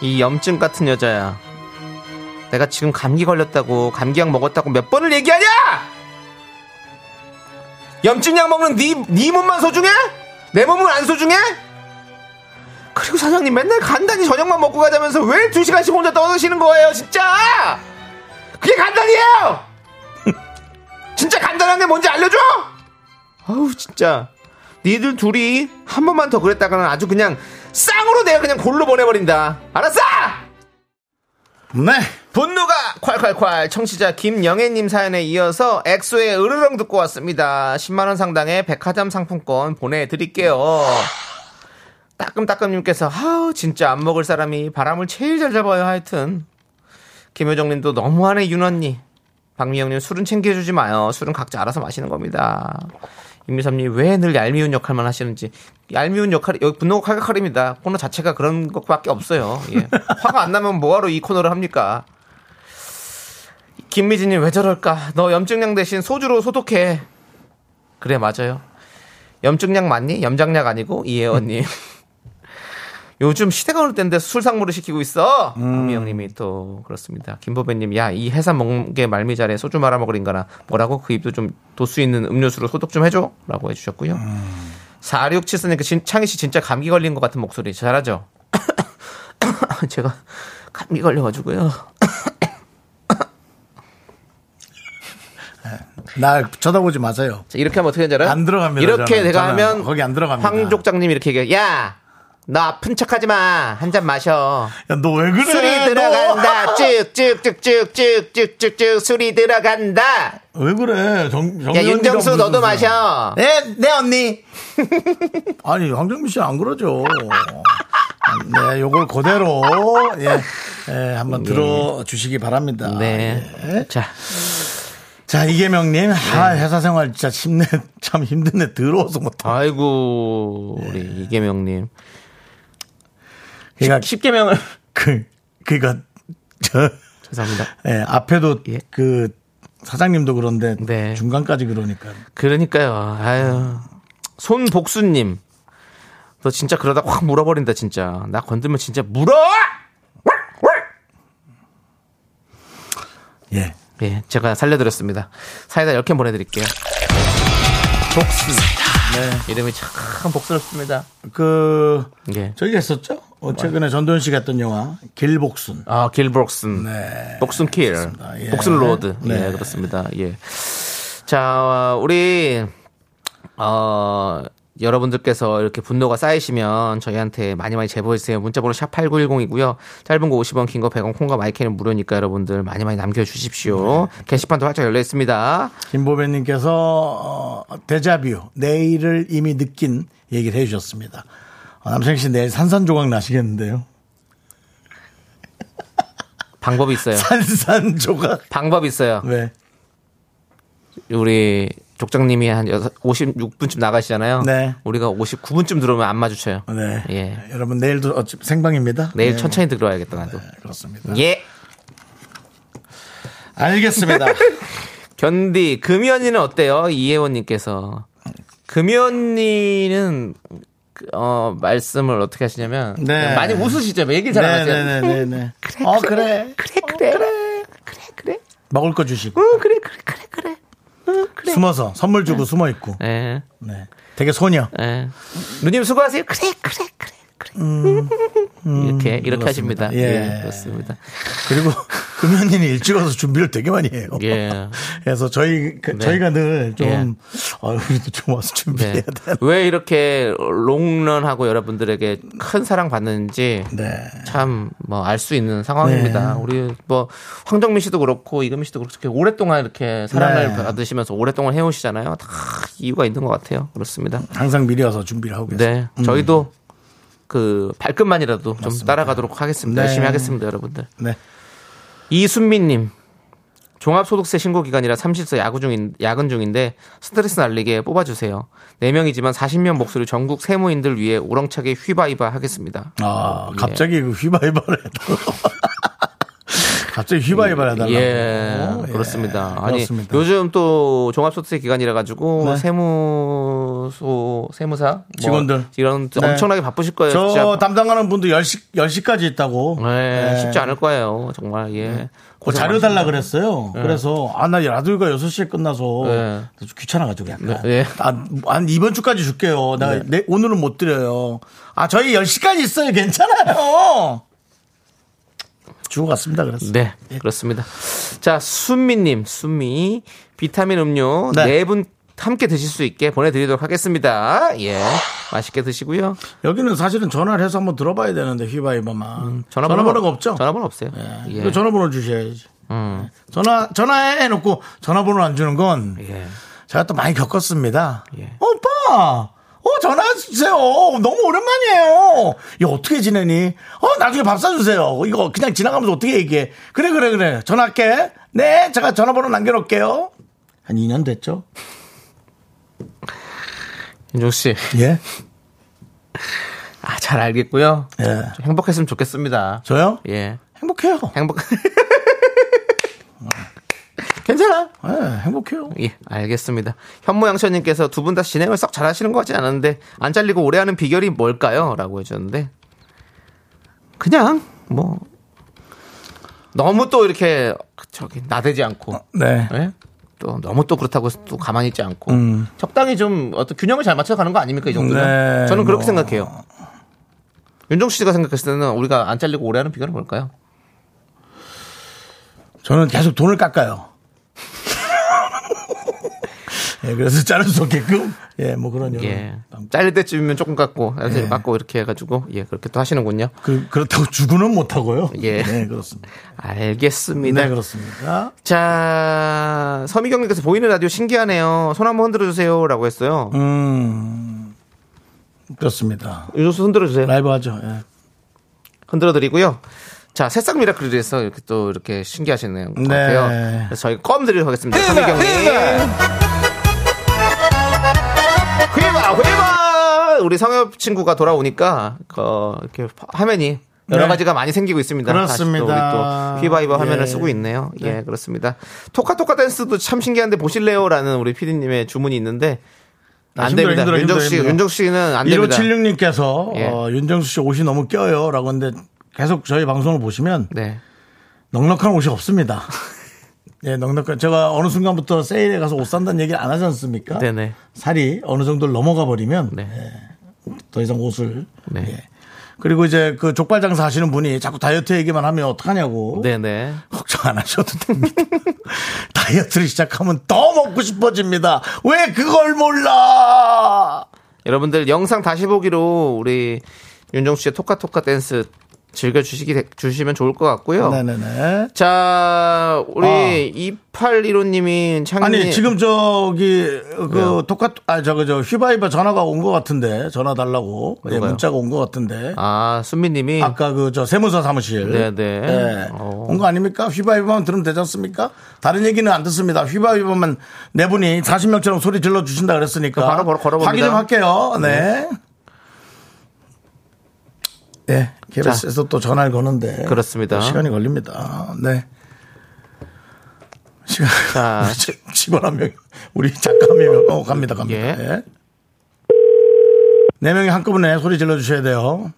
B: 이 염증 같은 여자야. 내가 지금 감기 걸렸다고 감기약 먹었다고 몇 번을 얘기하냐? 염증약 먹는 네, 네 몸만 소중해? 내 몸은 안 소중해? 그리고 사장님 맨날 간단히 저녁만 먹고 가자면서 왜 두 시간씩 혼자 떠드시는 거예요 진짜? 그게 간단이에요! 진짜 간단한 게 뭔지 알려줘! 아우 진짜 니들 둘이 한 번만 더 그랬다가는 아주 그냥 쌍으로 내가 그냥 골로 보내버린다 알았어
A: 네.
B: 분노가 콸콸콸 청취자 김영애님 사연에 이어서 엑소의 으르렁 듣고 왔습니다 10만원 상당의 백화점 상품권 보내드릴게요 따끔따끔님께서 아우 진짜 안 먹을 사람이 바람을 제일 잘 잡아요 하여튼 김효정님도 너무하네 윤언니 박미영님 술은 챙겨주지 마요 술은 각자 알아서 마시는 겁니다 임미섭님 왜 늘 얄미운 역할만 하시는지 얄미운 역할이 여기 분노 칼칼칼입니다 코너 자체가 그런 것밖에 없어요 예. 화가 안 나면 뭐하러 이 코너를 합니까 김미진님 왜 저럴까 너 염증약 대신 소주로 소독해 그래 맞아요 염증약 맞니 염장약 아니고 이혜원님 요즘 시대가 어느 때인데 술상 무를 시키고 있어. 미영님이 또 그렇습니다. 김보배님, 야 이 해산 먹는 게 말미잘에 소주 말아 먹으린 거나 뭐라고 그 입도 좀 도수 있는 음료수로 소독 좀 해줘라고 해주셨고요. 4674님, 그 진- 창희 씨 진짜 감기 걸린 것 같은 목소리 잘하죠. 제가 감기 걸려가지고요.
A: 날 쳐다보지 마세요.
B: 자, 이렇게 하면 어떻게 되는지 알아요?
A: 안 들어갑니다,
B: 이렇게
A: 저는.
B: 내가
A: 저는
B: 하면
A: 거기 안 들어갑니다.
B: 황족장님 이렇게 얘기해. 야, 너 아픈 척하지 마. 한 잔 마셔.
A: 너 왜 그래?
B: 술이
A: 예, 너?
B: 들어간다. 쭉쭉쭉쭉쭉쭉쭉쭉 술이 들어간다.
A: 왜 그래? 정, 정
B: 야 윤정수 너도 마셔. 예,
A: 네, 네 언니. 아니 황정민 씨 안 그러죠. 네, 요걸 그대로 예, 예, 한번 들어주시기 바랍니다.
B: 네.
A: 예.
B: 자,
A: 자 이계명님, 아
B: 네.
A: 회사 생활 진짜 힘내, 참 힘드네. 더러워서 못.
B: 아이고 우리 이계명님.
A: 그러니까
B: 10계명을
A: 그 그니까 저
B: 죄송합니다.
A: 예, 앞에도
B: 예.
A: 그 사장님도 그런데
B: 네.
A: 중간까지 그러니까
B: 그러니까요. 아유 손복수님, 너 진짜 그러다 확 물어버린다 진짜. 나 건들면 진짜 물어.
A: 예.
B: 예, 제가 살려드렸습니다. 사이다 10캔 보내드릴게요. 복수. 네. 이름이 참 복스럽습니다.
A: 그
B: 예.
A: 저희가 했었죠? 어, 최근에 전도현 씨가 했던 영화 길복순.
B: 아, 길 복슨. 복슨 킬.
A: 예.
B: 복슨 로드.
A: 네.
B: 예, 그렇습니다. 예. 자, 우리, 어, 여러분들께서 이렇게 분노가 쌓이시면 저희한테 많이 많이 제보해주세요. 문자번호 샵 8910이고요. 짧은 거 50원, 긴 거 100원, 콩과 마이크는 무료니까 여러분들 많이 많이 남겨주십시오. 게시판도 활짝 열려 있습니다.
A: 김보배님께서 어, 데자뷰 내일을 이미 느낀 얘기를 해주셨습니다. 어, 남창희 씨 내일 산산조각 나시겠는데요?
B: 방법이 있어요.
A: 산산조각.
B: 방법이 있어요.
A: 네.
B: 우리 족장님이 한 여섯- 56분쯤 나가시잖아요.
A: 네.
B: 우리가 59분쯤 들어오면 안 마주쳐요.
A: 네.
B: 예.
A: 여러분 내일도 어차피 생방입니다.
B: 내일
A: 네,
B: 천천히 들어와야겠다, 나도.
A: 그렇습니다.
B: 예.
A: 알겠습니다.
B: 견디 금연이는 어때요? 이혜원님께서 금연이는 어 말씀을 어떻게 하시냐면
A: 네.
B: 그냥 많이 웃으시죠. 얘기 잘 안 하세요.
A: 네네네네. 어 그래.
B: 그래 그래 그래 그래 그래
A: 먹을 거 주시고
B: 응, 그래 그래 그래 그래 응, 그래.
A: 숨어서 선물 주고 숨어 있고.
B: 예,
A: 네. 되게 소녀.
B: 예. 누님 수고하세요. 그래 그래 그래 그래 이렇게 이렇게
A: 음, 그렇습니다.
B: 하십니다.
A: 예.
B: 예 그렇습니다.
A: 그리고 금연이는 일찍 와서 준비를 되게 많이 해요.
B: 예.
A: 그래서 저희 그,
B: 네.
A: 저희가 늘 좀
B: 예.
A: 아, 우리도 좀 와서 준비해야
B: 네.
A: 돼.
B: 왜 이렇게 롱런하고 여러분들에게 큰 사랑 받는지
A: 네.
B: 참 뭐 알 수 있는 상황입니다.
A: 네.
B: 우리 뭐 황정민 씨도 그렇고 이금희 씨도 그렇고 이렇게 오랫동안 이렇게 사랑을
A: 네.
B: 받으시면서 오랫동안 해오시잖아요. 다 이유가 있는 것 같아요. 그렇습니다.
A: 항상 미리 와서 준비를 하고 계세요.
B: 네, 저희도 그 발끝만이라도 좀 따라가도록 하겠습니다.
A: 네.
B: 열심히 하겠습니다, 여러분들.
A: 네.
B: 이순민님. 종합소득세 신고 기간이라 30세 야구 중인, 야근 중인데 스트레스 날리게 뽑아주세요. 4명이지만 40명 목소리 전국 세무인들 위해 우렁차게 휘바이바 하겠습니다.
A: 아,
B: 예.
A: 갑자기 그 휘바이바를 해달라고. 갑자기 휘바이바를 해달라고.
B: 예, 그렇습니다.
A: 예,
B: 아니
A: 그렇습니다.
B: 요즘 또 종합소득세 기간이라 가지고
A: 네.
B: 세무소 세무사 뭐
A: 직원들.
B: 이런
A: 네.
B: 엄청나게 바쁘실 거예요.
A: 저
B: 진짜.
A: 담당하는 분도 10시, 10시까지 있다고.
B: 네,
A: 예.
B: 쉽지 않을 거예요. 정말 예.
A: 뭐
B: 고생
A: 자료
B: 많으십니다.
A: 달라 그랬어요. 그래서 아 나 라디오가 6시에 끝나서
B: 네.
A: 좀 귀찮아가지고 약간
B: 네, 네.
A: 아, 한 이번 주까지 줄게요. 나 내- 오늘은 못 드려요. 아 저희 10시까지 있어요. 괜찮아요. 주고 갔습니다. 그랬어요.
B: 네, 그렇습니다. 자, 순미님, 순미 비타민 음료
A: 네.
B: 네 분 함께 드실 수 있게 보내드리도록 하겠습니다. 예, 맛있게 드시고요.
A: 여기는 사실은 전화를 해서 한번 들어봐야 되는데 휘바이바만
B: 음, 전화번호-
A: 전화번호가 없죠.
B: 전화번호 없어요.
A: 예.
B: 예.
A: 이거 전화번호 주셔야지.
B: 음,
A: 전화 전화해놓고 전화번호 안 주는 건
B: 예.
A: 제가 또 많이 겪었습니다.
B: 예.
A: 오빠, 어 전화 주세요. 너무 오랜만이에요. 야 어떻게 지내니? 어 나중에 밥 사주세요. 이거 그냥 지나가면서 어떻게 얘기해? 그래 그래 그래. 전화할게. 네, 제가 전화번호 남겨놓을게요. 한 2년 됐죠?
B: 윤종 씨,
A: 예.
B: 아, 잘 알겠고요.
A: 예.
B: 좀 행복했으면 좋겠습니다.
A: 저요?
B: 예.
A: 행복해요.
B: 행복. 괜찮아.
A: 예, 행복해요.
B: 예, 알겠습니다. 현모양처님께서 두 분 다 진행을 썩 잘하시는 것 같진 않은데 안 잘리고 오래 하는 비결이 뭘까요? 라고 해주셨는데 그냥 뭐 너무 또 이렇게 저기 나대지 않고
A: 네.
B: 예? 또 너무 또 그렇다고 또 가만히 있지 않고 적당히 좀 어떤 균형을 잘 맞춰 가는 거 아닙니까 이 정도면
A: 음. 네,
B: 저는 그렇게
A: 뭐.
B: 생각해요. 윤종 씨가 생각했을 때는 우리가 안 잘리고 오래 하는 비결은 뭘까요?
A: 저는 계속 돈을 깎아요. 예, 그래서 자를 수 없게끔 예, 뭐 그런 여러
B: 예.
A: 방-
B: 잘릴 때쯤이면 조금 깎고,
A: 예.
B: 예. 깎고 이렇게 해가지고, 예, 그렇게 또 하시는군요.
A: 그, 그렇다고 주고는 못하고요.
B: 예.
A: 네, 그렇습니다.
B: 알겠습니다.
A: 네, 그렇습니다.
B: 자, 서미경님께서 보이는 라디오 신기하네요. 손 한번 흔들어주세요. 라고 했어요.
A: 음, 그렇습니다.
B: 윤정수 흔들어주세요.
A: 라이브 하죠. 예.
B: 흔들어드리고요. 자, 새싹 미라클에서 이렇게 또 이렇게 신기하시는 것 같아요.
A: 네.
B: 그래서 저희가 껌 드리도록 하겠습니다. 서미경님. 회바, 회바! 우리 성엽 친구가 돌아오니까, 어, 이렇게 화면이 여러
A: 네.
B: 가지가 많이 생기고 있습니다.
A: 그렇습니다.
B: 다시 또 우리 또 휘바이버 화면을
A: 예.
B: 쓰고 있네요. 예, 그렇습니다. 토카토카 댄스도 참 신기한데 보실래요? 라는 우리 피디님의 주문이 있는데,
A: 아,
B: 안
A: 힘들어,
B: 됩니다.
A: 힘들어,
B: 윤정
A: 힘들어,
B: 씨,
A: 힘들어.
B: 윤정 씨는 안 됩니다.
A: 1576님께서
B: 예.
A: 어, 윤정수 씨 옷이 너무 껴요. 라고 했는데 계속 저희 방송을 보시면
B: 네.
A: 넉넉한 옷이 없습니다. 예, 넉넉한. 제가 어느 순간부터 세일에 가서 옷 산다는 얘기를 안 하지 않습니까?
B: 네네.
A: 살이 어느 정도 넘어가 버리면 예,
B: 네.
A: 더 이상 옷을.
B: 네.
A: 예. 그리고 이제 그 족발 장사 하시는 분이 자꾸 다이어트 얘기만 하면 어떡하냐고.
B: 네네.
A: 걱정 안 하셔도 됩니다. 다이어트를 시작하면 더 먹고 싶어집니다. 왜 그걸 몰라?
B: 여러분들 영상 다시 보기로 우리 윤정수 씨의 토카토카 댄스 즐겨주시기, 되- 주시면 좋을 것 같고요.
A: 네네네.
B: 자, 우리
A: 아.
B: 2815님이 창님.
A: 아니 지금 저기 그 똑같 아 저거 저 휘바이바 전화가 온 것 같은데 전화 달라고 예,
B: 누가요?
A: 문자가 온 것 같은데
B: 아, 순미님이.
A: 아까 그 저 세무사 사무실 예.
B: 네네. 어.
A: 온 거 아닙니까? 휘바이바만 들으면 되지 않습니까? 다른 얘기는 안 듣습니다. 휘바이바만 네 분이 40명처럼 소리 질러 주신다 그랬으니까
B: 바로 걸어- 걸어봅니다.
A: 확인 좀 할게요. 네. 네, KBS에서 또 전화를 거는데
B: 그렇습니다.
A: 시간이 걸립니다. 네. 시간
B: 자.
A: 우리 집- 직원 한 명, 우리 작가 한 명, 어, 갑니다, 갑니다.
B: 예.
A: 예. 네 명이 한꺼번에 소리 질러 주셔야 돼요.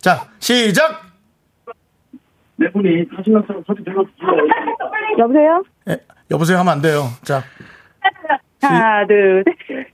A: 자, 시작!
F: 여보세요?
A: 예, 여보세요 하면 안 돼요. 자,
F: 하나, 둘, 셋.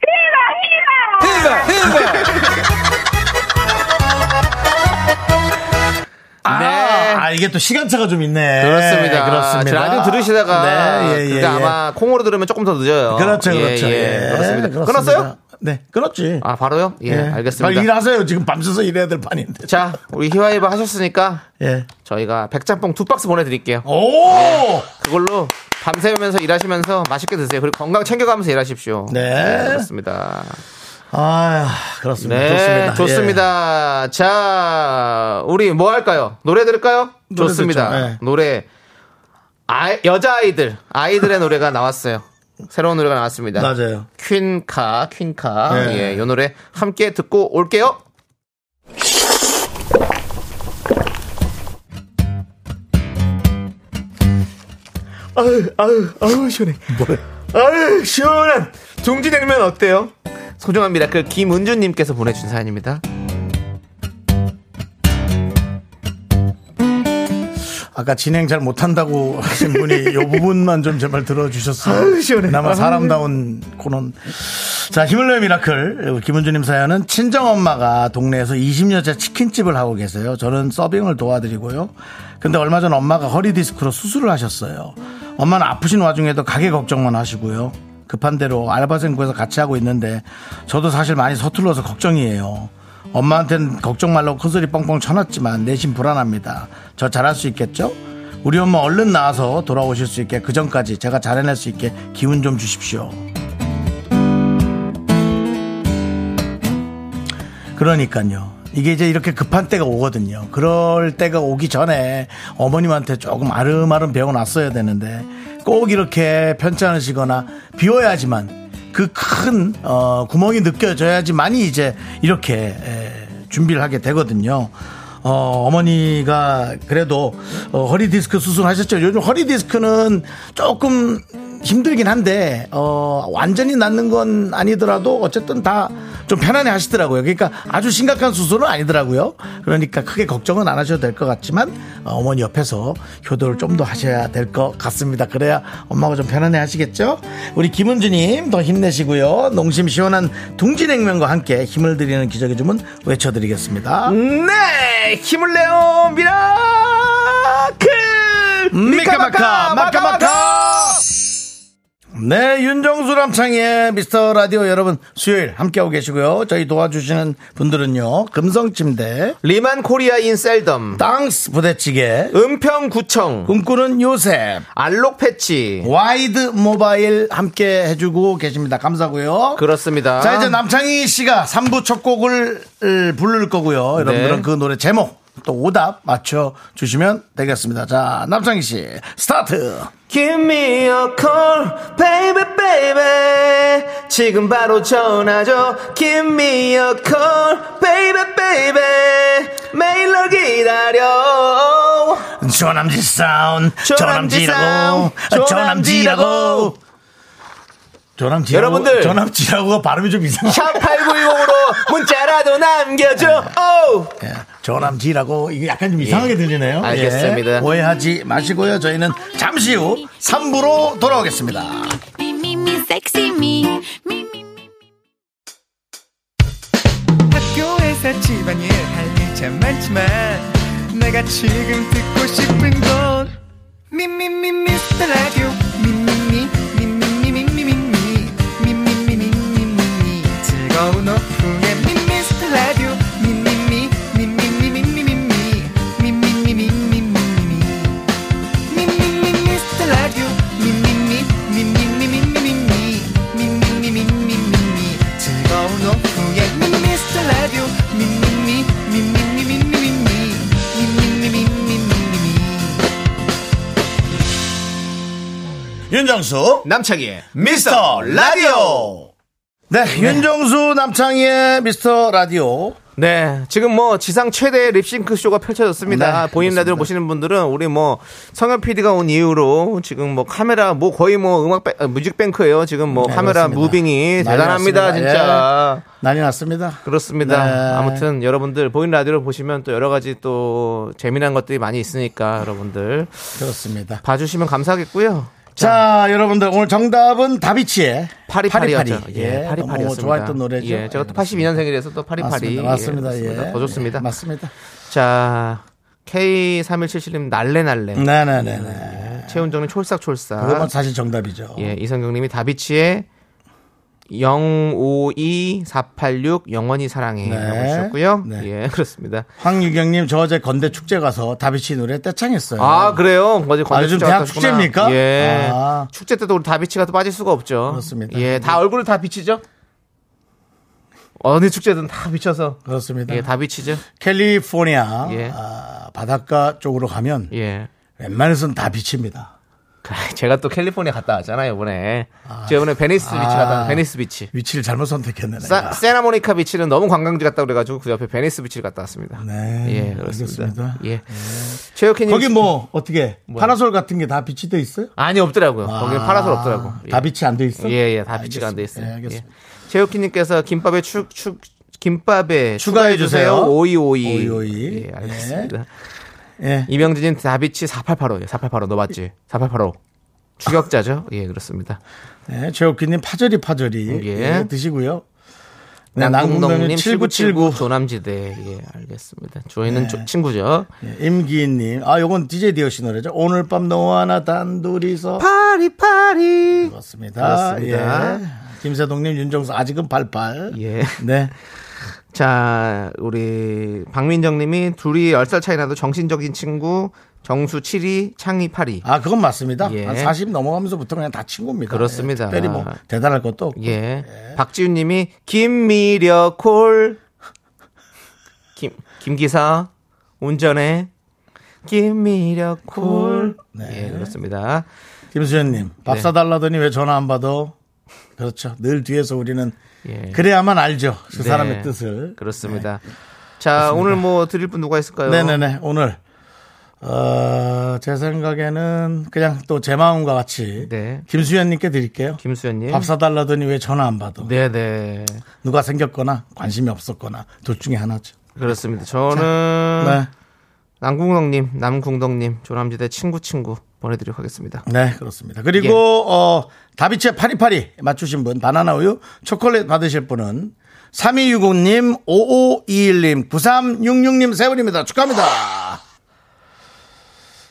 A: 아,
B: 네.
A: 아, 이게 또 시간차가 좀 있네.
B: 그렇습니다.
A: 예, 그렇습니다.
B: 라디오 들으시다가
A: 네, 예, 예,
B: 그게
A: 예.
B: 아마 콩으로 들으면 조금 더 늦어요.
A: 그렇죠,
B: 예,
A: 그렇죠.
B: 예,
A: 예,
B: 그렇습니다. 끊었어요?
A: 네, 끊었지.
B: 아, 바로요? 예, 알겠습니다.
A: 빨리 일하세요. 지금 밤새서 일해야 될 판인데.
B: 자, 우리 희화이바 하셨으니까
A: 예.
B: 저희가 백짬뽕 두 박스 보내드릴게요.
A: 오!
B: 그걸로 밤새우면서 일하시면서 맛있게 드세요. 그리고 건강 챙겨가면서 일하십시오.
A: 네.
B: 그렇습니다.
A: 아, 그렇습니다.
B: 네,
A: 좋습니다. 예.
B: 좋습니다. 자, 우리 뭐 할까요? 노래 들을까요?
A: 노래
B: 좋습니다.
A: 듣죠. 네.
B: 노래. 아, 여자아이들, 아이들의 노래가 나왔어요. 새로운
A: 예.
B: 노래가 나왔습니다.
A: 맞아요.
B: 퀸카, 퀸카.
A: 네.
B: 예, 요 노래 함께 듣고 올게요. 아유, 아유, 아유, 시원해.
A: 뭐래?
B: 아유, 시원한 둥지냉면 어때요? 소중한 미라클 김은주님께서 보내준 사연입니다.
A: 아까 진행 잘 못한다고 하신 분이 요 부분만 좀 제발 들어주셨어요.
B: 아유, 시원해.
A: 그나마
B: 아유.
A: 사람다운 코너. 자, 힘을 내요 미라클. 김은주님 사연은 친정엄마가 동네에서 20년째 치킨집을 하고 계세요. 저는 서빙을 도와드리고요. 근데 얼마 전 엄마가 허리디스크로 수술을 하셨어요. 엄마는 아프신 와중에도 가게 걱정만 하시고요. 급한 대로 알바생 구해서 같이 하고 있는데 저도 사실 많이 서툴러서 걱정이에요. 엄마한테는 걱정 말라고 큰소리 뻥뻥 쳐놨지만 내심 불안합니다. 저 잘할 수 있겠죠? 우리 엄마 얼른 나와서 돌아오실 수 있게 그 전까지 제가 잘해낼 수 있게 기운 좀 주십시오. 그러니까요. 이게 이제 이렇게 급한 때가 오거든요. 그럴 때가 오기 전에 어머님한테 조금 아름아름 배워놨어야 되는데 꼭 이렇게 편찮으시거나 비워야지만 그 큰 구멍이 느껴져야지만이 이제 이렇게 에, 준비를 하게 되거든요. 어, 어머니가 그래도 어, 허리 디스크 수술하셨죠. 요즘 허리 디스크는 조금 힘들긴 한데 어, 완전히 낫는 건 아니더라도 어쨌든 다 좀 편안해 하시더라고요. 그러니까 아주 심각한 수술은 아니더라고요. 그러니까 크게 걱정은 안 하셔도 될 것 같지만 어, 어머니 옆에서 효도를 좀 더 하셔야 될 것 같습니다. 그래야 엄마가 좀 편안해 하시겠죠? 우리 김은주님 더 힘내시고요. 농심 시원한 둥지냉면과 함께 힘을 드리는 기적의 주문 외쳐드리겠습니다.
B: 네! 힘을 내요! 미라클!
A: 미카마카, 마카마카! 네, 윤정수 남창의 미스터 라디오 여러분 수요일 함께하고 계시고요. 저희 도와주시는 분들은요. 금성침대,
B: 리만 코리아 인 셀덤.
A: 땅스 부대찌개,
B: 은평구청.
A: 꿈꾸는 요셉,
B: 알록 패치.
A: 예. 와이드 모바일 함께 해주고 계십니다. 감사고요.
B: 그렇습니다.
A: 자, 이제 남창희 씨가 3부 첫 곡을 을, 부를 거고요. 여러분들은
B: 네.
A: 그 노래 제목 또 오답 맞춰주시면 되겠습니다. 자, 남창희 씨 스타트!
B: Give me a call, baby, baby. 지금 바로 전화줘. Give me a call, baby, baby. 메일로 기다려.
A: 조남지 사운
B: 조남지
A: 조남지라고
B: 사운,
A: 조남지라고 조남지
B: 여러분들.
A: 조남지라고 발음이 좀 이상해
B: 샵8910으로 문자라도 남겨줘. Oh. 오!
A: 예, 조남지라고 이게 약간 좀 이상하게 들리네요 예,
B: 알겠습니다.
A: 오해하지 마시고요 저희는 잠시 후 3부로 돌아오겠습니다
E: Me, me, me, sexy me. Me, me, me.
G: 학교에서 집안일 할 일 참 많지만 내가 지금 듣고 싶은 건 미미미 미스터 라디오 미미미 미미미 미미미 미미미 미미미 즐거운 오
A: 윤정수
B: 남창희의
A: 미스터 라디오. 네, 윤정수 남창희의 미스터 라디오.
B: 네, 지금 뭐 지상 최대 립싱크 쇼가 펼쳐졌습니다.
A: 네,
B: 보이는 라디오 보시는 분들은 우리 뭐 성현 PD가 온 이후로 지금 뭐 카메라 뭐 거의 뭐 음악 뱅- 아, 뮤직뱅크예요. 지금 뭐
A: 네,
B: 카메라
A: 그렇습니다.
B: 무빙이
A: 난리
B: 대단합니다,
A: 났습니다.
B: 진짜.
A: 난리 났습니다.
B: 그렇습니다.
A: 네.
B: 아무튼 여러분들 보이는 라디오를 보시면 또 여러 가지 또 재미난 것들이 많이 있으니까 여러분들
A: 그렇습니다.
B: 봐주시면 감사하겠고요.
A: 자, 여러분들 오늘 정답은 다비치의
B: 파리파리였죠. 예,
A: 너무
B: 파리파리였습니다.
A: 좋아했던 노래죠.
B: 예, 제가 또
A: 예,
B: 82년생이라서 또 파리파리.
A: 맞습니다. 맞습니다.
B: 예,
A: 예,
B: 그렇습니다. 더 좋습니다.
A: 예, 맞습니다.
B: 자, K3177님 날래날래.
A: 네네네네.
B: 최은정님 촐싹촐싹.
A: 네. 그것만 음, 사실 정답이죠.
B: 예, 이성경님이 다비치의 052486 영원히 사랑해
A: 네.
B: 라고 하셨고요.
A: 네.
B: 예, 그렇습니다.
A: 황유경님 저 어제 건대 축제 가서 다비치 노래 떼창했어요.
B: 아, 그래요? 어제
A: 아,
B: 건대
A: 요즘
B: 축제
A: 대학
B: 갔다 오셨구나.
A: 축제입니까?
B: 예.
A: 아.
B: 축제 때도 우리 다비치가 또 빠질 수가 없죠.
A: 그렇습니다.
B: 예, 다 얼굴을 다 비치죠? 어느 축제든 다 비쳐서.
A: 그렇습니다.
B: 예, 다 비치죠?
A: 캘리포니아
B: 예.
A: 아, 바닷가 쪽으로 가면
B: 예.
A: 웬만해서는 다 비칩니다.
B: 그, 제가 또 캘리포니아 갔다 왔잖아요, 이번에. 제가 이번에 베니스 비치
A: 아.
B: 갔다, 왔- 베니스 비치.
A: 위치를 잘못 선택했네. 내가.
B: 사, 세나모니카 비치는 너무 관광지 같다 그래가지고 그 옆에 베니스 비치를 갔다 왔습니다.
A: 네,
B: 예, 그렇습니다.
A: 알겠습니다. 네.
B: 예. 최혁희님.
A: 거기 뭐 어떻게 파라솔 같은 게 다 비치 돼 있어요?
B: 아니, 없더라고요. 거기 파라솔 없더라고. 예.
A: 아, 다 비치 안 돼 있어?
B: 예, 예, 다 비치가 안 돼
A: 알겠습니다.
B: 있어요.
A: 예, 알겠습니다.
B: 예. 최혁희님께서 김밥에 축, 축, 김밥에
A: 추가해 주세요.
B: 오이 오이.
A: 오이오이. 네.
B: 예, 알겠습니다.
A: 예.
B: 이명진님 다비치 4885예요. 4885 넣어봤지? 4885. 추격자죠? 예, 그렇습니다.
A: 네, 최옥기님 파절이 파절이
B: 예.
A: 예, 드시고요. 네,
B: 남궁동님
A: 남궁동님
B: 7979
A: 7979.
B: 조남지대 예 알겠습니다. 저희는 조- 친구죠.
A: 네. 예, 임기인님. 아, 요건 DJ 디어 씨 노래죠. 오늘 밤 너와 나 단둘이서.
B: 파리 파리
A: 그렇습니다.
B: 그렇습니다.
A: 예. 김세동님, 윤정수 아직은 발발.
B: 예.
A: 네.
B: 자 우리 박민정님이 둘이 10살 차이 나도 정신적인 친구 정수 7위 창희 8위
A: 아, 그건 맞습니다.
B: 예.
A: 한 40 넘어가면서부터 그냥 다 친구입니다.
B: 그렇습니다. 아.
A: 예, 특별히 뭐 대단할 것도 없고.
B: 예 박지훈님이 김미려 콜김 김기사 운전해 김미려 콜예
A: 네.
B: 그렇습니다.
A: 김수현님, 밥
B: 네.
A: 사달라더니 왜 전화 안 받아? 그렇죠. 늘 뒤에서 우리는
B: 예.
A: 그래야만 알죠. 그
B: 네,
A: 사람의 뜻을.
B: 그렇습니다. 자, 오늘 뭐 드릴 분 누가 있을까요?
A: 네네네. 오늘 어, 제 생각에는 그냥 또 제 마음과 같이
B: 네.
A: 김수현님께 드릴게요.
B: 김수현님.
A: 밥 사달라더니 왜 전화 안 받아?
B: 네네.
A: 누가 생겼거나 관심이 없었거나 둘 중에 하나죠.
B: 그렇습니다. 저는 음.
A: 네,
B: 남궁덕님, 남궁덕님, 조남지대 친구 친구 보내드리도록 하겠습니다.
A: 네 그렇습니다. 그리고
B: 예.
A: 어, 다비치의 파리파리 맞추신 분, 바나나 우유, 초콜릿 받으실 분은 3269님, 5521님, 9366님 세 분입니다. 축하합니다.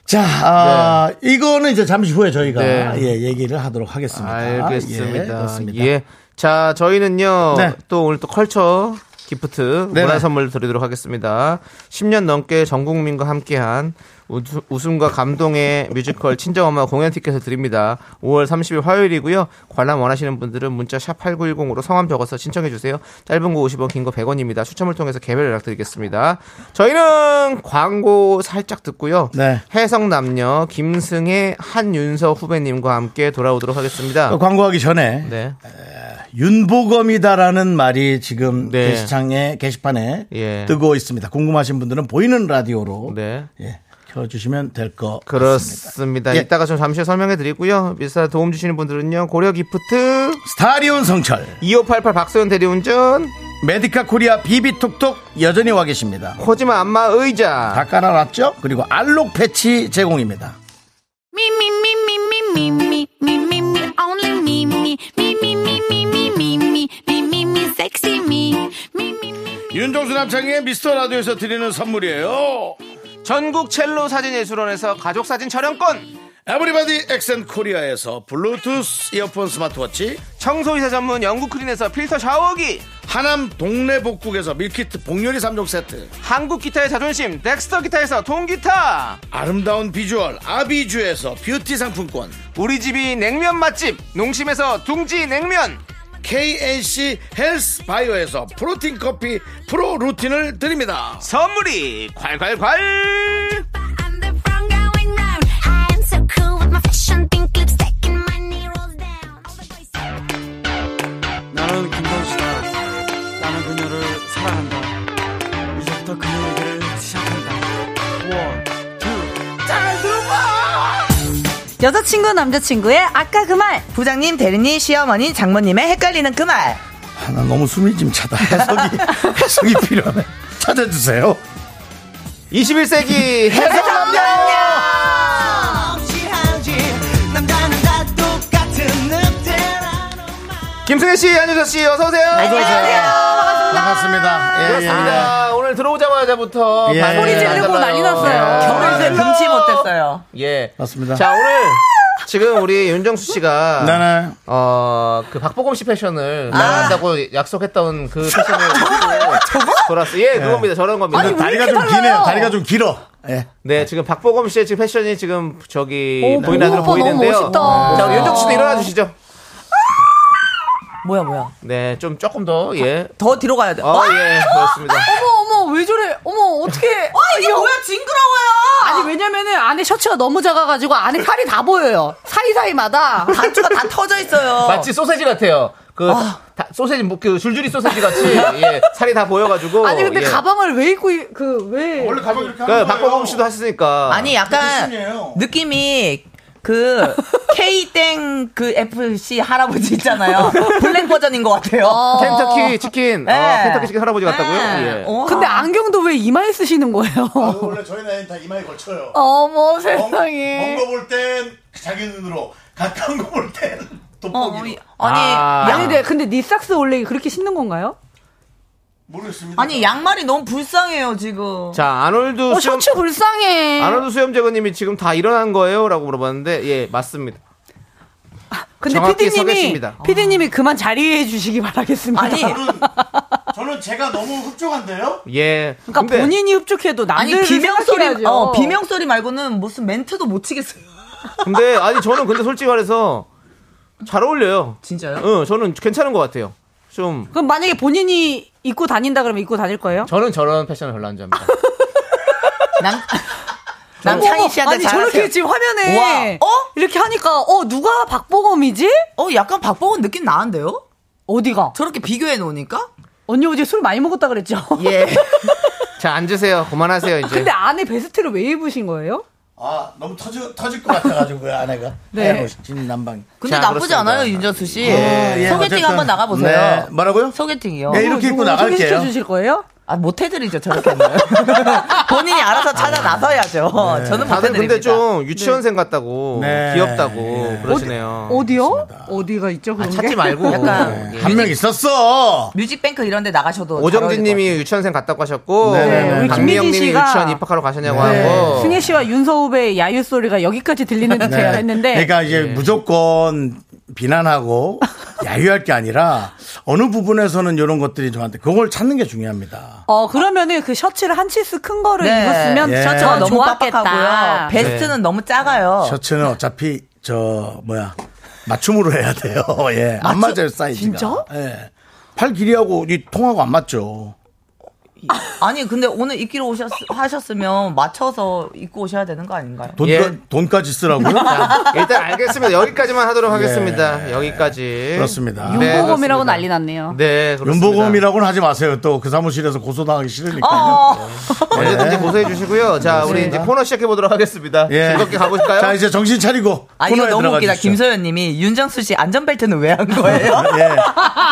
A: 자, 아, 이거는 이제 잠시 후에 저희가
B: 네.
A: 예, 얘기를 하도록 하겠습니다. 예,
B: 알겠습니다.
A: 그렇습니다.
B: 예, 자, 저희는요.
A: 네.
B: 또 오늘 또 컬처 기프트
A: 네네.
B: 문화 선물 드리도록 하겠습니다. 10년 넘게 전 국민과 함께한 웃- 웃음과 감동의 뮤지컬 친정엄마 공연 티켓을 드립니다. 5월 30일 화요일이고요. 관람 원하시는 분들은 문자 샵 8910으로 성함 적어서 신청해 주세요. 짧은 거 50원, 긴 거 100원입니다. 추첨을 통해서 개별 연락 드리겠습니다. 저희는 광고 살짝 듣고요.
A: 네.
B: 해성 남녀 김승혜 한윤서 후배님과 함께 돌아오도록 하겠습니다.
A: 또 어, 광고하기 전에
B: 네.
A: 윤보검이다라는 말이 지금
B: 네.
A: 게시창에 게시판에
B: 예.
A: 뜨고 있습니다. 궁금하신 분들은 보이는 라디오로
B: 네.
A: 예, 켜주시면 될 것 같습니다.
B: 그렇습니다.
A: 예.
B: 이따가 좀 잠시 설명해 드리고요. 미스터 도움 주시는 분들은요. 고려 기프트
A: 스타리온 성철
B: 2588 박소연 대리운전
A: 메디카 코리아 비비톡톡 여전히 와 계십니다.
B: 코지마 안마 의자
A: 다 깔아놨죠? 그리고 알록 패치 제공입니다.
E: Me, me, me, me, me, me, me, me, me, me, only me, me, me, me, me, me, me, me, me, me, me, me, sexy me, me, me, me.
A: 윤종수 남창의 미스터 라디오에서 드리는 선물이에요.
B: 전국 첼로 사진 예술원에서 가족 사진 촬영권
A: 에브리바디 엑센 코리아에서 블루투스 이어폰 스마트워치
B: 청소이사 전문 영국 크린에서 필터 샤워기
A: 하남 동네 복국에서 밀키트 복요리 3종 세트
B: 한국 기타의 자존심 덱스터 기타에서 통기타
A: 아름다운 비주얼 아비주에서 뷰티 상품권
B: 우리 집이 냉면 맛집 농심에서 둥지 냉면
A: KNC 헬스 바이오에서 프로틴 커피 프로 루틴을 드립니다.
B: 선물이 콸콸콸
E: I'm the front going round. I am so cool with my fashion, pink lipstick and my
G: 오늘부터 금요일을 시작한다. 원, 투.
H: 여자친구 남자친구의 아까 그 말
I: 부장님, 대리님, 시어머니, 장모님의 헷갈리는 그 말.
A: 아, 나 너무 숨이 좀 차다. 해석이, 해석이 필요하네. 찾아주세요.
B: 21세기 해성남녀
G: 취하지. 남자는 다 똑같은 늑대라는
B: 김승혜 씨, 안효정 씨, 어서 오세요.
A: 반갑습니다. 예, 예,
B: 그렇습니다. 오늘 들어오자마자부터
A: 예.
B: 반응이
A: 소리
I: 지르고
B: 나잖아요.
I: 난리 났어요.
B: 예.
I: 결혼을 금치 못했어요.
B: 예.
A: 맞습니다.
B: 자, 오늘 지금 우리 윤정수 씨가
A: 네네.
B: 어, 그 박보검 씨 패션을 나간다고 약속했던 그 패션을 저거? 돌았어. 예, 그겁니다. 저런 겁니다.
A: 근데 다리가 좀 기네요. 다리가 좀 길어. 예.
B: 네, 지금 박보검 씨의 지금 패션이 지금 저기
I: 오,
B: 보이나들
I: 박보검
B: 보이는데요.
I: 너무 멋있다.
B: 자, 우리 윤정수 씨도 일어나 주시죠.
I: 뭐야, 뭐야.
B: 네, 좀 조금 더 예.
I: 더 뒤로 가야 돼.
B: 어, 예, 그렇습니다.
H: 어머 어머 왜 저래 어머 어떻게
I: 아, 이게 뭐야, 징그러워요!
H: 아니 왜냐면은 안에 셔츠가 너무 작아가지고 안에 살이 다 보여요 사이사이마다
I: 단추가 다 터져 있어요.
B: 마치 소세지 같아요. 그 다- 소세지 뭐, 그 줄줄이 소세지 같이 예, 살이 다 보여가지고.
H: 아니 근데
B: 예.
H: 가방을 왜 입고 그왜
A: 원래 가방 이렇게
B: 그 박보검 씨도 하시니까.
I: 아니, 약간
A: 무슨이에요?
I: 느낌이 그 K땡 그 FC 할아버지 있잖아요. 블랙 버전인 것 같아요.
H: 어.
B: 켄터키 치킨, 어,
I: 예.
B: 켄터키 치킨 할아버지 같다고요?
I: 예.
B: 예.
I: 어.
H: 근데 아, 안경도 왜 이마에 쓰시는
B: 아.
H: 거예요
A: 어, 원래 저희 나이는 다 이마에 걸쳐요.
H: 어머
A: 먼
H: 세상에
A: 거
B: 뭐.
A: 볼 땐 자기 눈으로, 가까운 거 볼 땐
I: 아니,
B: 어,
A: 돋보기로.
B: 아.
I: 양-
H: 아니 근데, 근데 니 삭스 원래 그렇게 신는 건가요?
A: 모르겠습니다.
I: 아니 양말이 너무 불쌍해요 지금.
B: 자, 아놀드
H: 어
B: 수염,
H: 셔츠 불쌍해
B: 아놀드 수염재거님이 지금 다 일어난 거예요? 라고 물어봤는데, 예, 맞습니다.
H: 근데
B: 정확히
H: 피디님이
B: 서겠습니다. 아.
H: 피디님이 그만 자리해 주시기 바라겠습니다
I: 아니
A: 저는, 저는 제가 너무 흡족한데요?
B: 예.
H: 그러니까 본인이 흡족해도
I: 아니
H: 남들
I: 비명 소리
H: 생각해야죠.
I: 어 비명 소리 말고는 무슨 멘트도 못 치겠어요.
B: 근데, 아니, 저는 근데 솔직히 말해서 잘 어울려요.
I: 진짜요?
B: 응, 저는 괜찮은 것 같아요. 좀,
H: 그럼 만약에 본인이 입고 다닌다 그러면 입고 다닐 거예요?
B: 저는 저런 패션을 별로 안 좋아합니다.
I: 남 남창희 씨한테
H: 아니
I: 잘하세요.
H: 저렇게 지금 화면에
I: 우와. 어?
H: 이렇게 하니까 어 누가 박보검이지?
I: 어 약간 박보검 느낌 나는데요?
H: 어디가?
I: 저렇게 비교해 놓으니까?
H: 언니 어제 술 많이 먹었다 그랬죠?
I: 예.
B: 자, 앉으세요. 그만하세요, 이제.
H: 근데 안에 베스트를 왜 입으신 거예요?
A: 아, 너무 터질, 터질 것 같아가지고요, 아내가.
H: 네.
A: 아이고, 진 난방.
I: 근데
B: 자,
I: 나쁘지
B: 그렇습니다.
I: 않아요 윤정수 씨.
A: 어, 예,
I: 소개팅
A: 어쨌든.
I: 한번 나가보세요.
A: 네, 뭐라고요?
I: 소개팅이요.
A: 예, 이렇게 입고
H: 누구 소개시켜
A: 나갈게요.
H: 주실 거예요?
I: 아, 못해드리죠, 저렇게 하면. 본인이 알아서 찾아 나서야죠. 저는
B: 아, 다들
I: 못해드립니다.
B: 근데 좀 유치원생 같다고,
A: 네.
B: 귀엽다고
A: 예.
B: 그러시네요.
H: 어디요? 어디가
I: 아,
H: 있죠? 그런 게?
B: 찾지 말고.
I: 약간
B: 예.
A: 어, 한 명 있었어!
I: 네. 뮤직뱅크 이런 데 나가셔도. 잘 어울릴
B: 오정진님이 유치원생 갔다고 하셨고
A: 네네네.
H: 우리
B: 강미영님이
H: 김민지 씨가-
B: 유치원 입학하러 가셨냐고
A: 네.
B: 하고
H: 승혜 씨와 윤서 후배의 야유 소리가 여기까지 들리는 듯
A: 네.
H: 해야 했는데
A: 그러니까 이제 무조건 비난하고 야유할 게 아니라 어느 부분에서는 이런 것들이 저한테 그걸 찾는 게 중요합니다.
H: 어 그러면은 그 셔츠를 한 치수 큰 거를
I: 네.
H: 입었으면
A: 예. 네.
I: 것 같아요.
H: 셔츠가
I: 셔츠가
H: 너무
I: 너무
H: 빡빡하고요.
I: 빡빡하고요. 베스트는 너무 작아요.
A: 셔츠는 어차피 저 뭐야 맞춤으로 해야 돼요. 예, 안 맞아요 사이즈가.
H: 진짜?
A: 예. 팔 길이하고 이 통하고 안 맞죠.
I: 아니, 근데 오늘 입기로 오셨, 하셨으면 맞춰서 입고 오셔야 되는 거 아닌가요?
A: 돈,
B: 예.
A: 돈까지 쓰라고요?
I: 아,
B: 일단 알겠습니다. 여기까지만 하도록 하겠습니다. 여기까지.
A: 네. 그렇습니다.
B: 네,
H: 윤보검이라고
B: 그렇습니다.
H: 난리 났네요.
B: 네, 그렇습니다.
A: 연보검이라고는 하지 마세요. 또 그 사무실에서 고소당하기 싫으니까.
I: 어,
A: 네.
B: 언제든지 고소해 주시고요. 자, 우리 이제 코너 시작해 보도록 하겠습니다. 즐겁게 가보실까요?
A: 예. 자, 이제 정신 차리고.
I: 아, 이거
A: 코너에
I: 너무
A: 들어가
I: 웃기다.
A: 주시죠.
I: 김소연 님이 윤정수 씨 안전벨트는 왜 한 거예요? 예.
A: 예.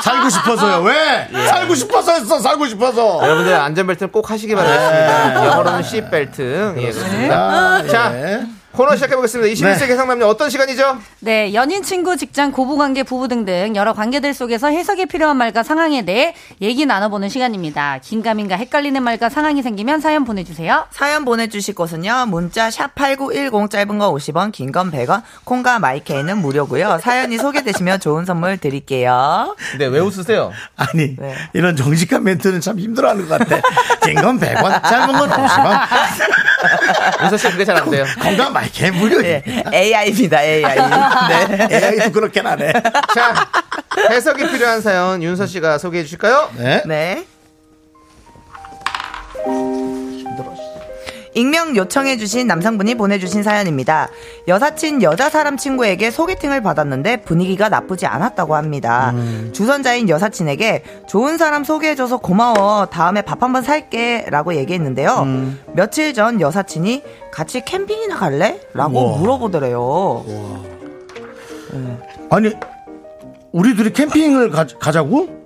A: 살고 싶어서요. 왜? 살고 싶어서 했어. 살고 싶어서.
B: 여러분들 안전벨트는 꼭
A: 네.
B: 하시기 바라겠습니다. 영어로는 씨벨트. 예,
I: 네.
B: 그렇습니다.
A: 아,
B: 자,
A: 예.
B: 코너 시작해 보겠습니다.
A: 네.
B: 21세기 상남녀 어떤 시간이죠?
H: 네, 연인, 친구, 직장, 고부관계, 부부 등등 여러 관계들 속에서 해석이 필요한 말과 상황에 대해 얘기 나눠보는 시간입니다. 긴가민가 헷갈리는 말과 상황이 생기면 사연 보내주세요.
I: 사연 보내주실 곳은요. 문자 샵 8910 짧은 거 50원, 긴 건 100원, 콩과 마이케이는 무료고요. 사연이 소개되시면 좋은 선물 드릴게요.
B: 네, 왜 웃으세요?
A: 아니,
I: 네.
A: 이런 정직한 멘트는 참 힘들어하는 것 같아. 긴 건 100원, 짧은 건 50원.
B: 윤서 씨 그게 잘 안 돼요.
A: 건강 말게 무료.
I: 네,
A: 예.
I: AI입니다, AI. 네.
A: AI도 그렇게 나네.
B: 자, 해석이 필요한 사연 윤서 씨가 소개해 주실까요?
A: 네.
I: 네. 익명 요청해주신 남성분이 보내주신 사연입니다. 여사친 여자 사람 친구에게 소개팅을 받았는데 분위기가 나쁘지 않았다고 합니다.
A: 음.
I: 주선자인 여사친에게 좋은 사람 소개해줘서 고마워. 다음에 밥 한번 살게. 라고 얘기했는데요.
A: 음.
I: 며칠 전 여사친이 같이 캠핑이나 갈래? 라고
A: 우와.
I: 물어보더래요.
A: 아니 우리 둘이 캠핑을 가, 가자고?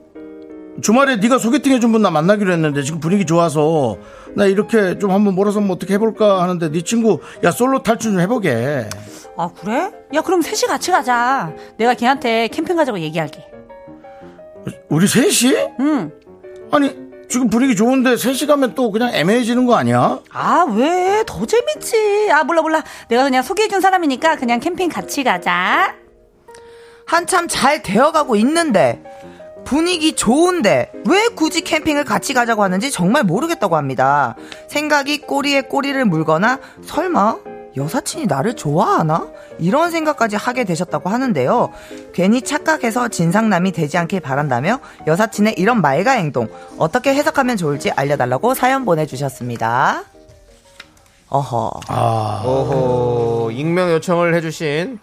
A: 주말에 네가 소개팅 해준 분 나 만나기로 했는데 지금 분위기 좋아서 나 이렇게 좀 한번 몰아서 뭐 어떻게 해볼까 하는데 네 친구 야 솔로 탈출 좀 해보게
H: 아 그래? 야 그럼 셋이 같이 가자. 내가 걔한테 캠핑 가자고 얘기할게.
A: 우리 셋이?
H: 응.
A: 아니 지금 분위기 좋은데 셋이 가면 또 그냥 애매해지는 거 아니야?
H: 아 왜? 더 재밌지. 아 몰라 몰라. 내가 그냥 소개해준 사람이니까 그냥 캠핑 같이 가자.
I: 한참 잘 되어가고 있는데 분위기 좋은데 왜 굳이 캠핑을 같이 가자고 하는지 정말 모르겠다고 합니다. 생각이 꼬리에 꼬리를 물거나 설마 여사친이 나를 좋아하나? 이런 생각까지 하게 되셨다고 하는데요. 괜히 착각해서 진상남이 되지 않길 바란다며 여사친의 이런 말과 행동 어떻게 해석하면 좋을지 알려달라고 사연 보내주셨습니다. 어허.
B: 아. 오호 익명 요청을 해주신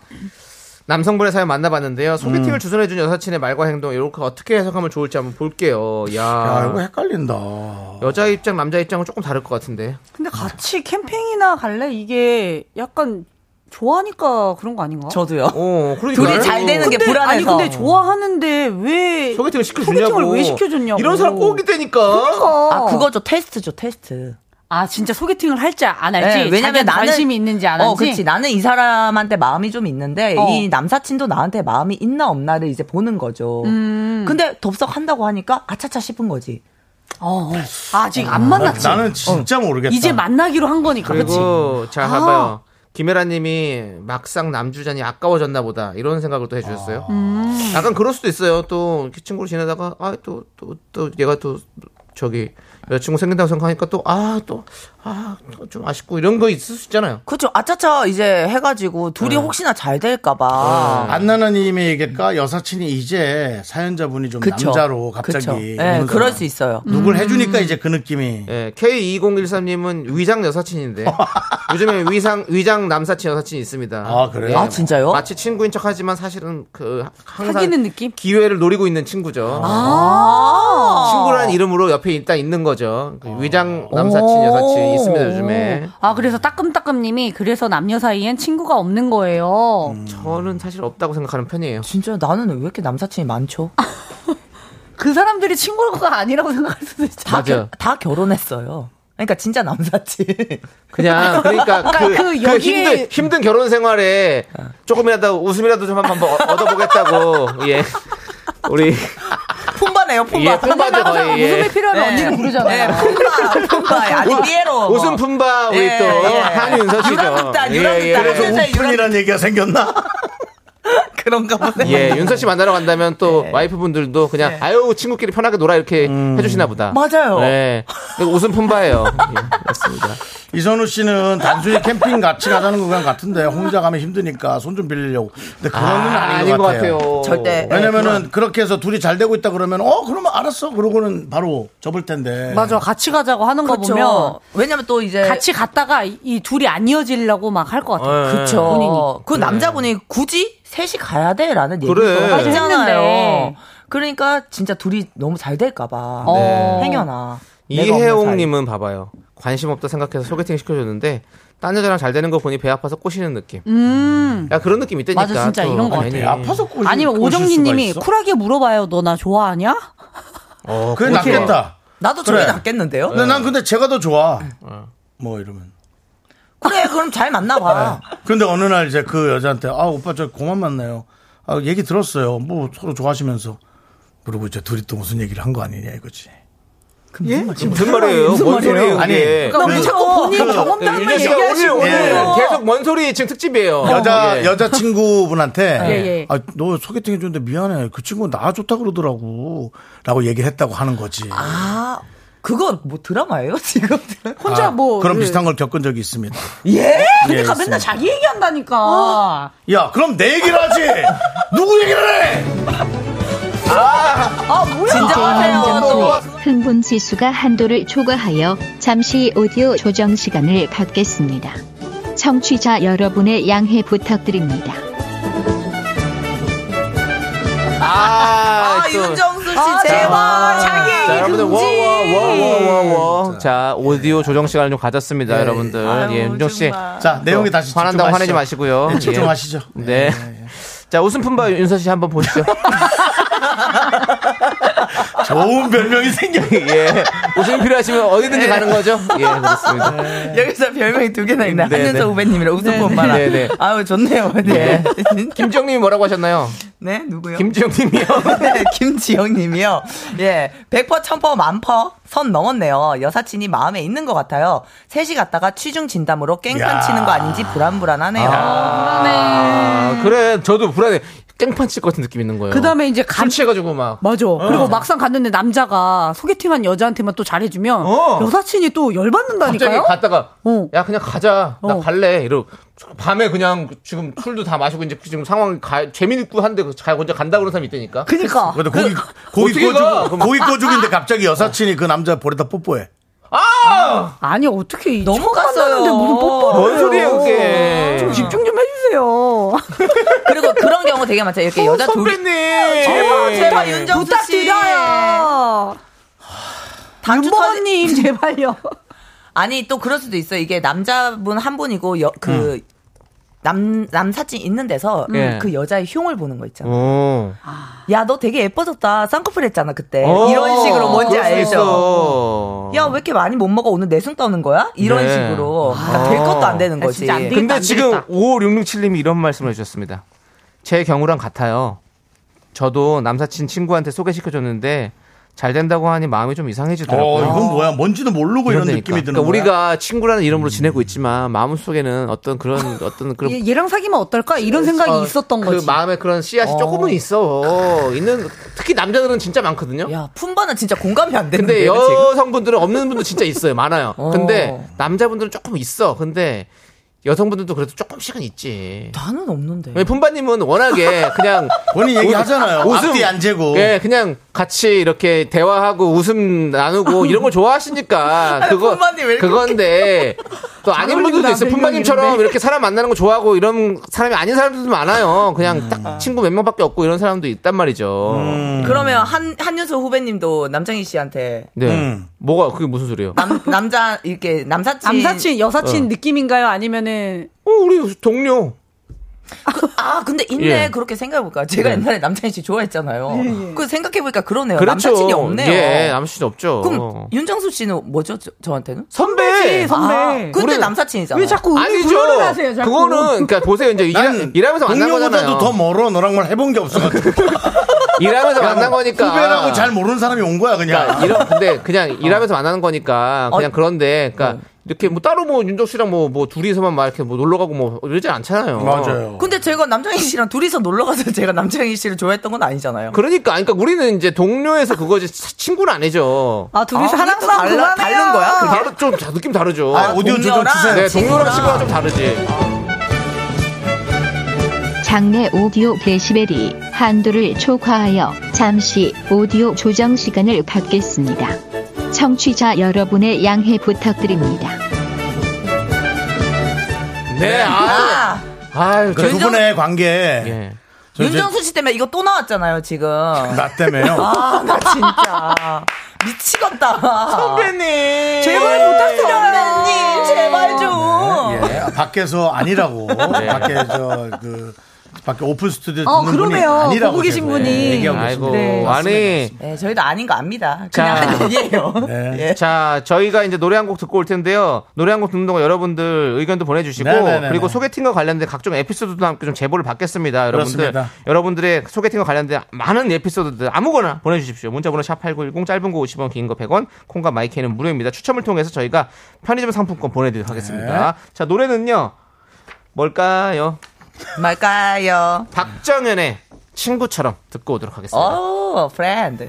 B: 남성분의 사연 만나봤는데요.
A: 음.
B: 소개팅을 주선해준 여사친의 말과 행동 이렇게 어떻게 해석하면 좋을지 한번 볼게요. 야,
A: 야 이거 헷갈린다
B: 여자 입장 남자 입장은 조금 다를 것 같은데.
H: 근데 같이 캠핑이나 갈래? 이게 약간 좋아하니까 그런 거 아닌가?
I: 저도요.
B: 어, 그러니까
A: 네.
I: 둘이 잘 되는 게
H: 근데,
I: 불안해서.
H: 아니 근데 좋아하는데 왜
B: 소개팅을 시켜주냐고.
H: 소개팅을 왜 시켜줬냐고.
B: 이런 사람 꼭이 되니까.
I: 아, 그거죠. 테스트죠, 테스트.
H: 아 진짜 소개팅을 할지 안 할지
I: 네,
H: 자기한테
I: 왜냐면 나는
H: 관심이 있는지 안
I: 어,
H: 한지
I: 그렇지. 나는 이 사람한테 마음이 좀 있는데
H: 어.
I: 이 남사친도 나한테 마음이 있나 없나를 이제 보는 거죠.
H: 음.
I: 근데 덥석 한다고 하니까 아차차 싶은 거지.
H: 어, 어. 아직 안 만났지
A: 나는 진짜 모르겠다
H: 이제 만나기로 한 거니까 그치
B: 그리고 자
H: 아.
B: 봐봐요. 김혜라님이 막상 남주잔이 아까워졌나 보다 이런 생각을 또 해주셨어요. 약간 그럴 수도 있어요. 또 이렇게 친구를 지내다가 아 또 또 또 얘가 또 저기 여자친구 생긴다고 생각하니까 또 아 또 아 좀 아쉽고 이런 거 있을 수 있잖아요.
I: 그렇죠. 아차차 이제 해가지고
A: 네.
I: 둘이 혹시나 잘 될까봐.
A: 안나나님의 얘기일까 여사친이 이제 사연자분이 좀 남자로 갑자기
I: 그쵸.
A: 오는
I: 네,
A: 사람.
I: 그럴 수 있어요.
A: 누굴 해주니까 이제 그 느낌이
B: 예, K2013님은 위장 여사친인데 요즘에 위상 위장 남사친 여사친 이 있습니다. 예.
A: 아, 그래요?
I: 아, 진짜요?
B: 마치 친구인 척하지만 사실은 그 항상
H: 사귀는 느낌?
B: 기회를 노리고 있는 친구죠.
H: 아.
I: 어.
B: 친구라는 이름으로 옆에 일단 있는 거죠. 그 위장 남사친
I: 오.
B: 여사친 있습니다 요즘에.
H: 아 그래서 따끔따끔님이 그래서 남녀 사이엔 친구가 없는 거예요
B: 음. 저는 사실 없다고 생각하는 편이에요.
I: 진짜 나는 왜 이렇게 남사친이 많죠?
H: 그 사람들이 친구가 아니라고 생각할 수도 있잖아
I: 다,
B: 맞아요.
I: 결- 다 결혼했어요. 그러니까 진짜 남사친.
B: 그냥 그러니까 그,
H: 그
B: 그
H: 여기에-
B: 힘든 힘든 결혼 생활에
I: 아.
B: 조금이라도 웃음이라도 좀 한번 뭐 얻어보겠다고 예 우리
I: 품바네요, 품바.
B: 예, 품바죠,
H: 항상
B: 거의, 예.
H: 웃음이 필요하면 언니를
I: 네,
H: 부르잖아요
I: 품바, 품바. 아니, 피에로. 뭐.
B: 웃음 품바 우리
I: 예,
B: 또
I: 예.
B: 한윤서 씨죠. 예,
I: 유럽극단, 유럽극단.
A: 그래서
I: 진짜
A: 우푼이라는 얘기가 생겼나?
I: 그런가 보네.
B: 예, 윤서 씨 만나러 간다면 또 와이프분들도 그냥
I: 예. 음.
B: 아유 친구끼리 편하게 놀아 이렇게 해주시나 보다.
I: 맞아요.
B: 네, 웃음 품바예요. 예, 맞습니다.
A: 이선우 씨는 단순히 캠핑 같이 가자는 거 그냥 같은데 혼자 가면 힘드니까 손 좀 빌리려고. 근데 그런 건 아닌 것 같아요.
I: 절대.
A: 왜냐면은 그렇게 해서 둘이 잘 되고 있다 그러면 어 그러면 알았어 그러고는 바로 접을 텐데.
H: 맞아 같이 가자고 하는 거 보면
I: 그렇죠. 왜냐면 또 이제
H: 같이 갔다가 이- 이 둘이 안 이어지려고 막 할 것
B: 네.
H: 같아요.
I: 그쵸.
H: 본인이.
I: 그 남자분이 굳이 셋이 가야 돼라는 얘기도
B: 그래.
I: 하잖아요.
H: 했는데.
I: 그러니까 진짜 둘이 너무 잘 될까봐
H: 네.
I: 행여나. 내가 없는
B: 이혜옥님은 봐봐요. 관심 없다 생각해서 소개팅 시켜줬는데 딴 여자랑 잘 되는 거 보니 배 아파서 꼬시는 느낌. 야 그런 느낌 있다니까.
H: 맞아, 진짜
B: 또
H: 이런 거
B: 괜히.
A: 배 예, 아파서 꼬시-
H: 아니면
A: 꼬실 수가
H: 오정진님이
A: 있어?
H: 쿨하게 물어봐요. 너 나 좋아하냐?
B: 어,
A: 그게
B: 그렇죠.
A: 낫겠다.
I: 사이. 나도 저게
A: 그래. 네.
I: 낫겠는데요?
A: 근데 난 근데 제가 더 좋아. 뭐 이러면.
I: 그래, 그럼 잘 만나봐.
A: 근데 어느 날 이제 그 여자한테 아 오빠 저 고만 만나요. 아 얘기 들었어요. 뭐 서로 좋아하시면서. 그리고 이제 둘이 또 무슨 얘기를 한 거 아니냐 이거지.
B: 무슨 말이에요? 뭔 소리예요?
A: 아니,
B: 그게.
H: 그러니까 왜 자꾸 본인
A: 그-
H: 경험담만
B: 윤정 씨가
H: 얘기하시고.
B: 오늘, 오늘
A: 거예요. 어.
B: 계속 뭔 소리 지금 특집이에요.
A: 여자
B: 예.
A: 여자 친구분한테
H: 예, 예.
A: 아, 너 소개팅 해줬는데 미안해 그 친구 나 좋다 그러더라고라고 얘기를 했다고 하는 거지.
I: 아, 그거 뭐 드라마예요, 지금?
H: 혼자
A: 아,
H: 뭐.
A: 그런
H: 그-
A: 비슷한 걸 겪은 적이 있습니다.
I: 예?
H: 그러니까 맨날 자기 얘기한다니까.
A: 야 그럼 내 얘기를 하지 누구 얘기를 해?
I: 아, 뭐야? 진정하세요.
E: 흥분 지수가 한도를 초과하여 잠시 오디오 조정 시간을 갖겠습니다. 청취자 여러분의 양해 부탁드립니다.
B: 아,
I: 아,
B: 또.
I: 윤정수
H: 아,
I: 씨, 제발. 자기
B: 자, 여러분들 워워워워워.
A: 진짜.
B: 자, 오디오 조정 시간을 좀 가졌습니다,
A: 예.
B: 여러분들. 예, 윤정 씨.
A: 자, 내용에 다시
B: 화난다고
A: 집중하시죠.
B: 화내지 마시고요.
A: 네, 집중하시죠.
B: 예. 네. 자, 웃음 품바 윤서 씨 한번 보시죠.
A: 예. 좋은 별명이 생겨.
B: 예. 웃음이 필요하시면 어디든지 가는 거죠? 예, 그렇습니다.
I: 네. 여기서 별명이 두 개나
B: 네,
I: 있네.
B: 네.
I: 한윤서 후배님이랑 웃음 엄마랑.
B: 네, 네.
I: 아유, 좋네요. 네.
B: 네. 김정님이 뭐라고 하셨나요?
I: 네, 누구요?
B: 김정님이요.
I: 네, 김지영 님이요. 예. 100퍼, 1000퍼, 만퍼 선 넘었네요. 여사친이 마음에 있는 것 같아요. 셋이 갔다가 취중 진담으로
A: 야.
I: 깽판 치는 거 아닌지 불안불안하네요.
B: 아, 그래. 저도 불안해. 깽판 칠 것 같은 느낌 있는 거예요.
H: 그 다음에 이제 간.
B: 술 취해가지고 막.
H: 맞아. 그리고 막상 갔는데 남자가 소개팅한 여자한테만 또 잘해주면
B: 어.
H: 여사친이 또 열받는다니까요.
B: 갑자기 갔다가
H: 어.
B: 야 그냥 가자 나
H: 어.
B: 갈래 이러고 밤에 그냥 지금 술도 다 마시고 이제 지금 상황 가, 재미있고 한데 가 혼자 간다 그런 사람이 있다니까
H: 그니까.
A: 근데 고기 고기
B: 어떻게 가?
A: 꺼주고
B: 그럼-
A: 고기 꺼주기인데 갑자기 여사친이 그 남자 볼에다 뽀뽀해.
B: 아
H: 아니 어떻게 이 처음
I: 넘어갔어요.
H: 만났는데 무슨 뽀뽀를
B: 뭔 소리예요, 그게.
H: 해요. 좀 집중 좀 해주세요.
I: 그리고 그런 경우 되게 많죠. 이렇게 여자 둘이.
B: 어,
I: 어,
B: 선배님 제발
I: 제발 윤정수 씨.
H: 부탁드려요.
I: 단추 터지-
H: 윤보건님 제발요.
I: 아니 또 그럴 수도 있어요. 이게 남자분 한 분이고 여, 그
B: 음.
I: 남, 남사친 있는 데서
H: 음.
B: 예.
I: 그 여자의 흉을 보는 거 있잖아.
B: 어.
I: 야, 너 되게 예뻐졌다. 쌍꺼풀 했잖아, 그때.
B: 어.
I: 네, 이런 식으로 뭔지
B: 그럴 수
I: 알죠?
B: 있어.
I: 야, 왜 이렇게 많이 못 먹어? 오늘 내숭 떠는 거야? 이런
B: 네.
I: 식으로. 그러니까
B: 아.
I: 될 것도 안 되는
H: 아,
I: 거지.
H: 진짜 안 되겠다.
B: 근데
H: 안
B: 지금
H: 되겠다.
B: 5667님이 이런 말씀을 해주셨습니다. 제 경우랑 같아요. 저도 남사친 친구한테 소개시켜줬는데 잘 된다고 하니 마음이 좀
A: 어,
B: 이상해지더라고요.
A: 이건 뭐야? 뭔지도 모르고 이런
B: 그런다니까.
A: 느낌이 드는
B: 그러니까
A: 거야. 음.
B: 우리가 친구라는 이름으로 지내고 있지만 마음 속에는 어떤 그런 어떤 그런
H: 얘- 얘랑 사귀면 어떨까 이런 생각이
B: 어,
H: 있었던
B: 그
H: 거지.
B: 마음에 그런
I: 어.
B: 씨앗이 조금은 있어. 있는 특히 남자들은 진짜 많거든요.
I: 야, 품바는 진짜 공감이 안
B: 근데
I: 되는데요, 지금.
B: 여성분들은 없는 분도 진짜 있어요. 많아요.
I: 네, 어.
B: 근데 남자분들은 조금 있어. 근데 여성분들도 그래도 조금씩은 있지.
I: 나는 없는데.
B: 왜 품바님은 워낙에 그냥
A: 본인 얘기하잖아요.
B: 웃음.
A: 앞뒤 안 재고.
B: 예, 그냥 같이 이렇게 대화하고 웃음 나누고 이런 걸 좋아하시니까 그거
I: 품바님 왜 이렇게
B: 그건데 또 아닌 분들도 있어. 요
H: 어울린다,
B: 품바님처럼
H: 별명인데.
B: 이렇게 사람 만나는 거 좋아하고 이런 사람이 아닌 사람들도 많아요. 그냥 딱 친구 몇 명밖에 없고 이런 사람도 있단 말이죠.
I: 음. 그러면 한, 한윤서 후배님도 남정희 씨한테
B: 네,
A: 음.
B: 뭐가 그게 무슨 소리예요?
I: 남, 남자, 이렇게 남사친.
H: 남사친 여사친 느낌인가요? 아니면은
B: 어, 우리 동료.
I: 아, 근데 있네.
B: 예.
I: 그렇게 생각해볼까. 제가
B: 네.
I: 옛날에 남창희 씨
H: 예,
I: 좋아했잖아요. 그 생각해보니까 그러네요.
B: 그렇죠.
I: 남사친이 없네요.
B: 예, 어. 남친이 없죠.
I: 그럼 윤정수 씨는 뭐죠, 저, 저한테는?
B: 선배.
H: 선배.
I: 아, 근데
B: 그래.
I: 남사친이잖아요.
H: 네. 왜 자꾸 의미
B: 아니죠.
H: 분류를 하세요? 자꾸.
B: 그거는 그러니까 보세요. 이제
A: 난
B: 일하, 면서 만난 거잖아요.
A: 동료보다도 더 멀어. 너랑 뭘 해본 게 없어가지고.
B: 일하면서 만난 거니까.
A: 후배라고 잘 모르는 사람이 온 거야 그냥.
B: 그러니까 이런 근데 그냥 일하면서 만나는 거니까 그냥
I: 어.
B: 그런데 그러니까 이렇게 뭐 따로 뭐 윤정 씨랑 뭐 뭐 둘이서만 막 이렇게 뭐 놀러 가고 뭐 이러지 않잖아요.
A: 맞아요.
B: 그
I: 근데 제가 남창희 씨랑 둘이서 놀러 가서 제가 남창희 씨를 좋아했던 건 아니잖아요.
B: 그러니까 그러니까 우리는 이제 동료에서 그거지 사- 친구는 아니죠.
H: 아 둘이서
I: 아,
H: 하랑
I: 그게 또
H: 싸움
I: 달라-
H: 그만해요.
I: 다른 거야, 그게?
B: 다르 좀 다- 느낌 다르죠.
A: 아, 오디오 조정
I: 동료랑
A: 주세요.
B: 네, 동료랑
I: 친구랑.
B: 친구랑 좀 다르지.
E: 장내 오디오 데시벨이 한도를 초과하여 잠시 오디오 조정 시간을 갖겠습니다. 청취자 여러분의 양해 부탁드립니다.
B: 네. 아.
I: 아,
B: 아유,
A: 그 두
I: 윤정-
A: 분의 관계.
B: 예.
A: 저 이제
I: 윤정수 씨 때문에 이거 또 나왔잖아요, 지금. 아,
A: 나 때문에요.
I: 나 진짜. 미치겠다. 선배님. 제발 부탁드려요. 선배님, 제발 좀.
A: 예, 아, 밖에서 아니라고.
B: 예.
A: 밖에 저 그 밖에 오픈 스튜디오
H: 어,
A: 듣는 분이
H: 그러네요.
A: 아니라고
H: 보고 계신
A: 계속
H: 분이.
A: 얘기하고
B: 음. 아이고.
A: 계신데.
B: 아니.
I: 네, 저희도 아닌 거 압니다.
B: 자.
I: 그냥 한 얘기예요. 예.
B: 자, 저희가 이제 노래 한 곡 듣고 올 텐데요. 노래 한 곡 듣는 동안 여러분들 의견도 보내주시고,
A: 네네네네.
B: 그리고 소개팅과 관련된 각종 에피소드도 함께 좀 제보를 받겠습니다. 여러분들.
A: 그렇습니다.
B: 여러분들의 소개팅과 관련된 많은 에피소드들 아무거나 보내주십시오. 문자번호 샵8910, 짧은 거 50원, 긴 거 100원, 콩과 마이크는 무료입니다. 추첨을 통해서 저희가 편의점 상품권 보내드리도록
A: 네.
B: 하겠습니다. 자, 노래는요. 뭘까요?
I: 뭘까요?
B: 박정현의 친구처럼 듣고 오도록 하겠습니다.
I: 어, 오, 프렌드.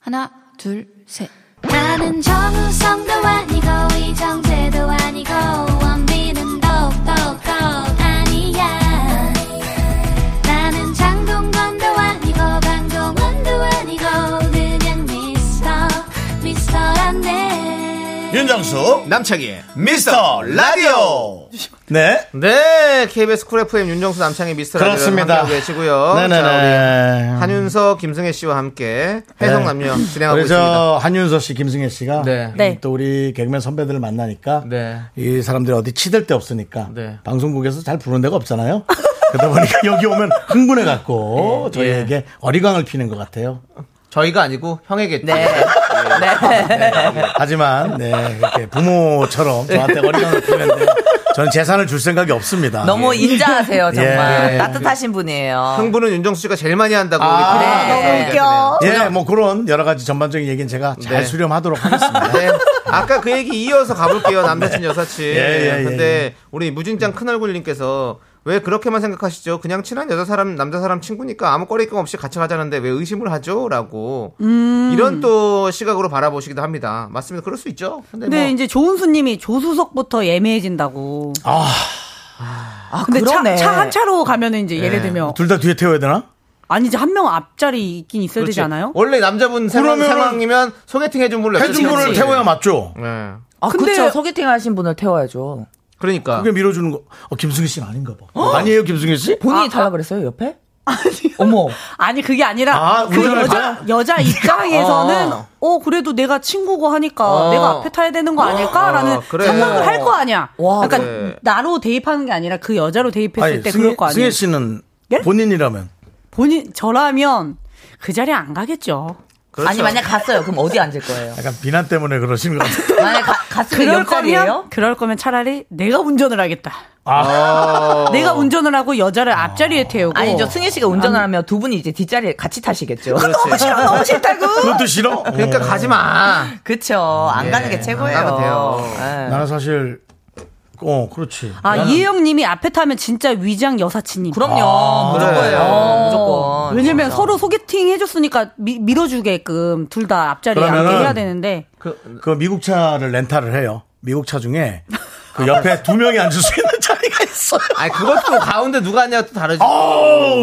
E: 하나, 둘, 셋.
C: 나는 정우성도 아니고 이정재도 아니고 원빈은 더욱더 아니야 나는 장동건도 아니고
A: 윤정수
B: 남창희의
A: 미스터 라디오. 네.
B: 네, KBS 쿨 FM 윤정수 남창희 미스터 라디오
A: 그렇습니다.
B: 함께하고 계시고요. 자,
A: 네네네.
B: 우리 한윤서, 김승혜 씨와 함께
A: 네.
B: 해성 남녀 진행하고
A: 우리
B: 있습니다.
A: 저 한윤서 씨, 김승혜 씨가
B: 네.
A: 음,
H: 네.
A: 또 우리 개그맨 선배들을 만나니까
B: 네.
A: 이 사람들이 어디 치댈 데 없으니까
B: 네.
A: 방송국에서 잘 부르는 데가 없잖아요. 그러다 보니까 여기 오면 흥분해 갖고
B: 예.
A: 저희에게 어리광을 피는 것 같아요.
B: 저희가 아니고 형에게
I: 네. 네.
A: 하지만 네, 이렇게
B: 예.
A: 부모처럼 저한테 어리광을 피는데 저는 재산을 줄 생각이 없습니다.
I: 너무 인자하세요, 정말.
A: 예.
I: 따뜻하신 분이에요.
B: 흥분은 윤정수 씨가 제일 많이 한다고
A: 아,
B: 우리
I: 그래.
B: 프로그램에서
I: 너무
B: 얘기하시네요.
I: 웃겨.
A: 예, 뭐 그런 여러 가지 전반적인 얘기는 제가 잘
B: 네.
A: 수렴하도록 하겠습니다.
B: 네. 아까 그 얘기 이어서 가볼게요. 남사친 여사친.
A: 예, 예,
B: 근데
A: 예.
B: 우리 무진장 큰얼굴님께서 왜 그렇게만 생각하시죠? 그냥 친한 여자 사람, 남자 사람 친구니까 아무 꺼리낌 없이 같이 가자는데 왜 의심을 하죠? 라고.
I: 음.
B: 이런 또 시각으로 바라보시기도 합니다. 맞습니다. 그럴 수 있죠. 근데
I: 네,
H: 근데
B: 뭐.
H: 이제 조은수님이 조수석부터 예매해진다고.
I: 아,
H: 근데
I: 그러네.
H: 차, 차 한 차로 가면은 이제 예를
B: 네,
H: 들면
A: 둘 다 뒤에 태워야 되나?
H: 아니 이제 한 명 앞자리 있긴 있어야
B: 그렇지.
H: 되지 않아요?
B: 원래 남자분 상황,
A: 그러면은
B: 상황이면 소개팅 해준 분을
A: 해준
B: 냅두지.
A: 분을 태워야 맞죠?
B: 네.
I: 아,
H: 근데-
I: 그쵸. 소개팅 하신 분을 태워야죠.
B: 그러니까.
A: 그게 밀어주는 거. 어, 김승희 씨는 아닌가 봐. 아니에요, 김승희 씨?
I: 본인이 달라 그랬어요, 옆에? 어머.
H: 아니 그게 아니라
A: 아,
H: 그
A: 운전을
H: 여자 여자 입장에서는
B: 어.
I: 아.
H: 어. 그래도 내가 친구고 하니까
B: 어.
H: 내가 앞에 타야 되는 거 아닐까라는
B: 어, 그래.
H: 생각을 할 거 아니야.
I: 와,
H: 그러니까
B: 그래.
H: 나로 대입하는 게 아니라 그 여자로 대입했을
A: 아니,
H: 때
A: 승희,
H: 그럴 거 아니에요.
A: 승희 씨는
H: 예?
A: 본인이라면.
H: 본인 저라면 그 자리에 안 가겠죠.
B: 그렇죠.
I: 아니, 만약 갔어요. 그럼 어디 앉을 거예요?
A: 약간 비난 때문에 그러시는 것 같아요.
I: 만약 가, 갔으면
H: 그럴
I: 옆자리예요?
H: 거면 그럴 거면 차라리 내가 운전을 하겠다.
B: 어.
H: 내가 운전을 하고 여자를 앞자리에 태우고
I: 아니죠. 승혜 씨가 운전을 하면 두 분이 이제 뒷자리에 같이 타시겠죠.
B: 그렇지.
I: 너무 싫다고.
A: 그것도 싫어?
B: 그러니까
A: 어.
B: 가지 마.
I: 그쵸. 안
B: 예,
I: 가는 게
B: 안
I: 최고예요.
B: 가도 돼요.
I: 예.
A: 나는 사실, 어, 그렇지.
H: 네. 아 이혜영님이 앞에 타면 진짜 위장 여사친님.
I: 그럼요. 무조건.
B: 그래.
I: 예 무조건.
H: 왜냐면 서로 소개팅 해줬으니까 미- 밀어주게끔 둘 다 앞자리에
A: 그러면은-
H: 앉게 해야 되는데
A: 그 미국 차를 렌탈을 해요. 미국 차 중에 그 옆에 두 명이 앉을 수 있는 자리가 있어요.
B: 아니, 그것도 가운데 누가 앉냐가 또 다르지.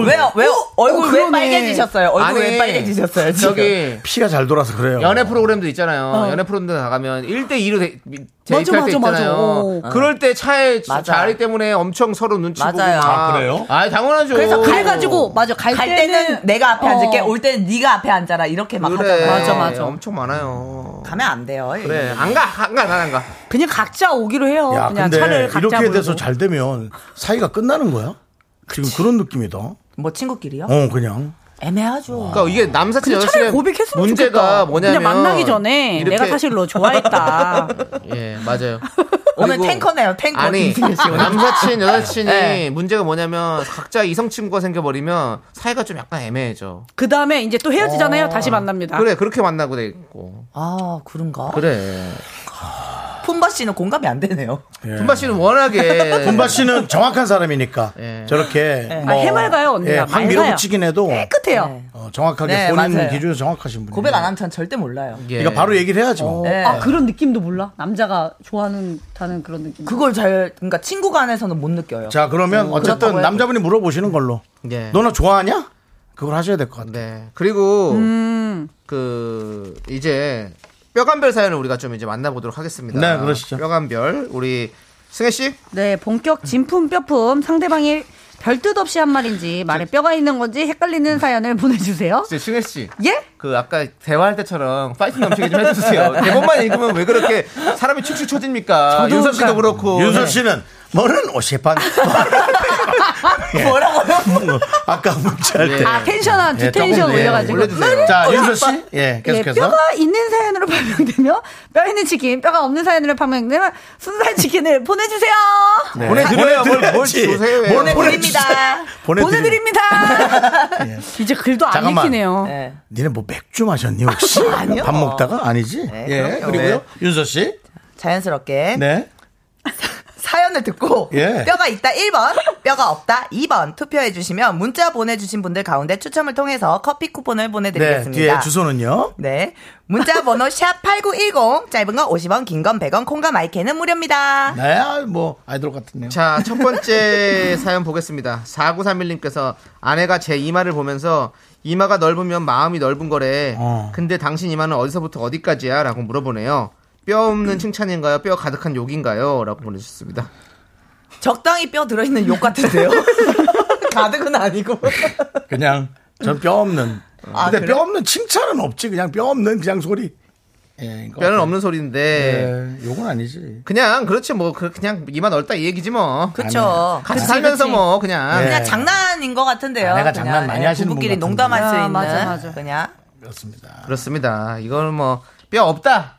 I: 왜, 왜, 얼굴 왜
H: 어, 그러네.
I: 어. 빨개지셨어요? 얼굴 왜 빨개지셨어요? 지금?
B: 저기
A: 피가 잘 돌아서 그래요.
I: 어.
B: 연애 프로그램도 있잖아요. 연애 프로그램도 나가면 1대2로 데이트할 때
H: 어. 맞아, 맞아.
B: 있잖아요.
H: 어.
B: 그럴 때 차에 자-
I: 맞아.
B: 자리 때문에 엄청 서로 눈치
I: 맞아요.
B: 보고.
A: 아, 그래요?
B: 아, 당연하죠.
H: 그래서 그래가지고 맞아 갈,
I: 갈 때는, 내가 앞에
H: 어.
I: 앉을게, 올 때는 네가 앞에 앉아라. 이렇게 막
B: 그래.
I: 하잖아요.
H: 맞아, 맞아.
B: 엄청 많아요.
I: 가면 안 돼요. 예.
B: 그래. 안 가, 안 가, 난안 가.
H: 그냥 각자 오기로 해요.
A: 야,
H: 어, 그냥
A: 근데
H: 차를 각자
A: 이렇게
H: 몰고.
A: 돼서 잘 되면 사이가 끝나는 거야? 지금 그런 느낌이다.
H: 아.
A: 어,
I: 뭐 친구끼리요?
A: 그냥.
I: 애매하죠.
B: 그러니까 이게 남사친
H: 근데 차라리
B: 여사친의
H: 고백했으면
B: 문제가
H: 좋겠다.
B: 뭐냐면
H: 그냥 만나기 전에
B: 이렇게-
H: 내가 사실 너 좋아했다.
B: 예, 맞아요.
I: 오늘
B: 그리고-
I: 탱커네요, 탱커.
B: 아니
I: 김승현 씨 오늘.
B: 남사친 여사친이
I: 네.
B: 문제가 뭐냐면 각자 이성 친구가 생겨버리면 사이가 좀 약간 애매해져.
H: 그 다음에 이제 또 헤어지잖아요. 다시 만납니다.
B: 그래 그렇게 만나고 돼 있고.
I: 아, 그런가?
B: 그래.
I: 품바 씨는 공감이 안 되네요.
A: 예.
B: 분바 씨는 워낙에
A: 분바 씨는 정확한 사람이니까
B: 예.
A: 저렇게 뭐 예,
H: 아, 해맑아요, 언니가.
A: 확
H: 맑아요.
A: 밀어붙이긴 해도
H: 깨끗해요.
I: 네.
A: 어, 정확하게
I: 네,
A: 본인
I: 맞아요.
A: 기준이 정확하신 분이.
B: 네.
I: 고백 안 하면 전 절대 몰라요.
B: 예.
A: 그러니까 바로 얘기를 해야지 뭐.
I: 네.
H: 아 그런 느낌도 몰라. 남자가 좋아하는 다는 그런 느낌.
I: 그걸 잘, 그러니까 친구 간에서는 못 느껴요.
A: 자 그러면 어쨌든
I: 그렇다고
A: 남자분이 물어보시는 걸로.
B: 음, 예.
A: 너나 좋아하냐? 그걸 하셔야 될 것 같아.
B: 네. 그리고 그 이제 뼈간별 사연을 우리가 좀 이제 만나보도록 하겠습니다.
A: 네, 그러시죠.
B: 뼈간별 우리 승혜 씨.
H: 네, 본격 진품 뼈품 상대방이 별뜻 없이 한 말인지 말에 뼈가 있는 건지 헷갈리는 사연을
I: 어?
H: 보내주세요.
B: 이제 승혜 씨.
H: 예?
B: 그 아까 대화할 때처럼 파이팅 넘치게 좀 해주세요. 대본만 읽으면 왜 그렇게 사람이 축축 처집니까? 윤서 씨도 그렇고.
A: 그러니까
B: 네.
A: 윤서 씨는 뭐는 오시판
I: 뭐라고요?
A: 아까 문자할 때.
H: 아 텐션한 두
A: 예,
H: 텐션
A: 조금, 예,
H: 올려가지고.
B: 올려주세요.
A: 자 윤서 씨, 예
H: 예,
A: 계속해서.
H: 뼈가 있는 사연으로 판명되며 뼈 있는 치킨, 뼈가 없는 사연으로 판명되면 순살 치킨을 보내주세요.
A: 네.
B: 보내드려요. 뭘, 뭘
A: 보내드려야지.
B: 주세요.
A: 뭘
I: 네, 보내드립니다.
A: 보내드리-
H: 보내드립니다. 이제 글도 안
A: 잠깐만.
H: 읽히네요.
I: 네.
A: 니네 뭐 맥주 마셨니 혹시?
I: 아니요.
A: 밥 먹다가 아니지?
I: 네,
A: 예.
I: 그럼요.
A: 그리고요 윤서 씨.
I: 자연스럽게
A: 네.
I: 사연을 듣고
A: 예.
I: 뼈가 있다 1번, 뼈가 없다 2번 투표해 주시면 문자 보내주신 분들 가운데 추첨을 통해서 커피 쿠폰을
A: 네.
I: 보내드리겠습니다.
A: 뒤에 주소는요.
I: 네. 문자 번호 샵8910 짧은 건 50원, 긴 건 100원, 콩과 마이크는 무료입니다.
A: 나야 뭐 아이돌 같은데요.
B: 자, 첫 번째 사연 보겠습니다. 4931님께서 아내가 제 이마를 보면서 이마가 넓으면 마음이 넓은 거래.
A: 어.
B: 근데 당신 이마는 어디서부터 어디까지야? 라고 물어보네요. 뼈 없는 칭찬인가요? 뼈 가득한 욕인가요? 라고 보내주셨습니다.
I: 적당히 뼈 들어있는 욕 같은데요? 가득은 아니고.
A: 그냥 전 뼈 없는.
I: 아,
A: 근데
I: 그래요?
A: 뼈 없는 칭찬은 없지. 그냥 뼈 없는 그냥 소리. 예, 이거.
B: 뼈는 없는 소리인데
A: 예, 요건 아니지.
B: 그냥 그렇지 뭐 그- 그냥 이만 얼다 이 얘기지 뭐.
I: 그쵸.
B: 같이 살면서 뭐 그냥
I: 그냥
A: 예.
I: 장난인 것 같은데요.
A: 아, 내가
I: 그냥.
A: 장난 많이
I: 예,
A: 하시는 분
I: 부부끼리
A: 같은데.
I: 농담할 수
H: 아,
I: 있는
H: 맞아, 맞아.
I: 그냥
A: 그렇습니다.
B: 그렇습니다. 이거는 뭐 뼈 없다.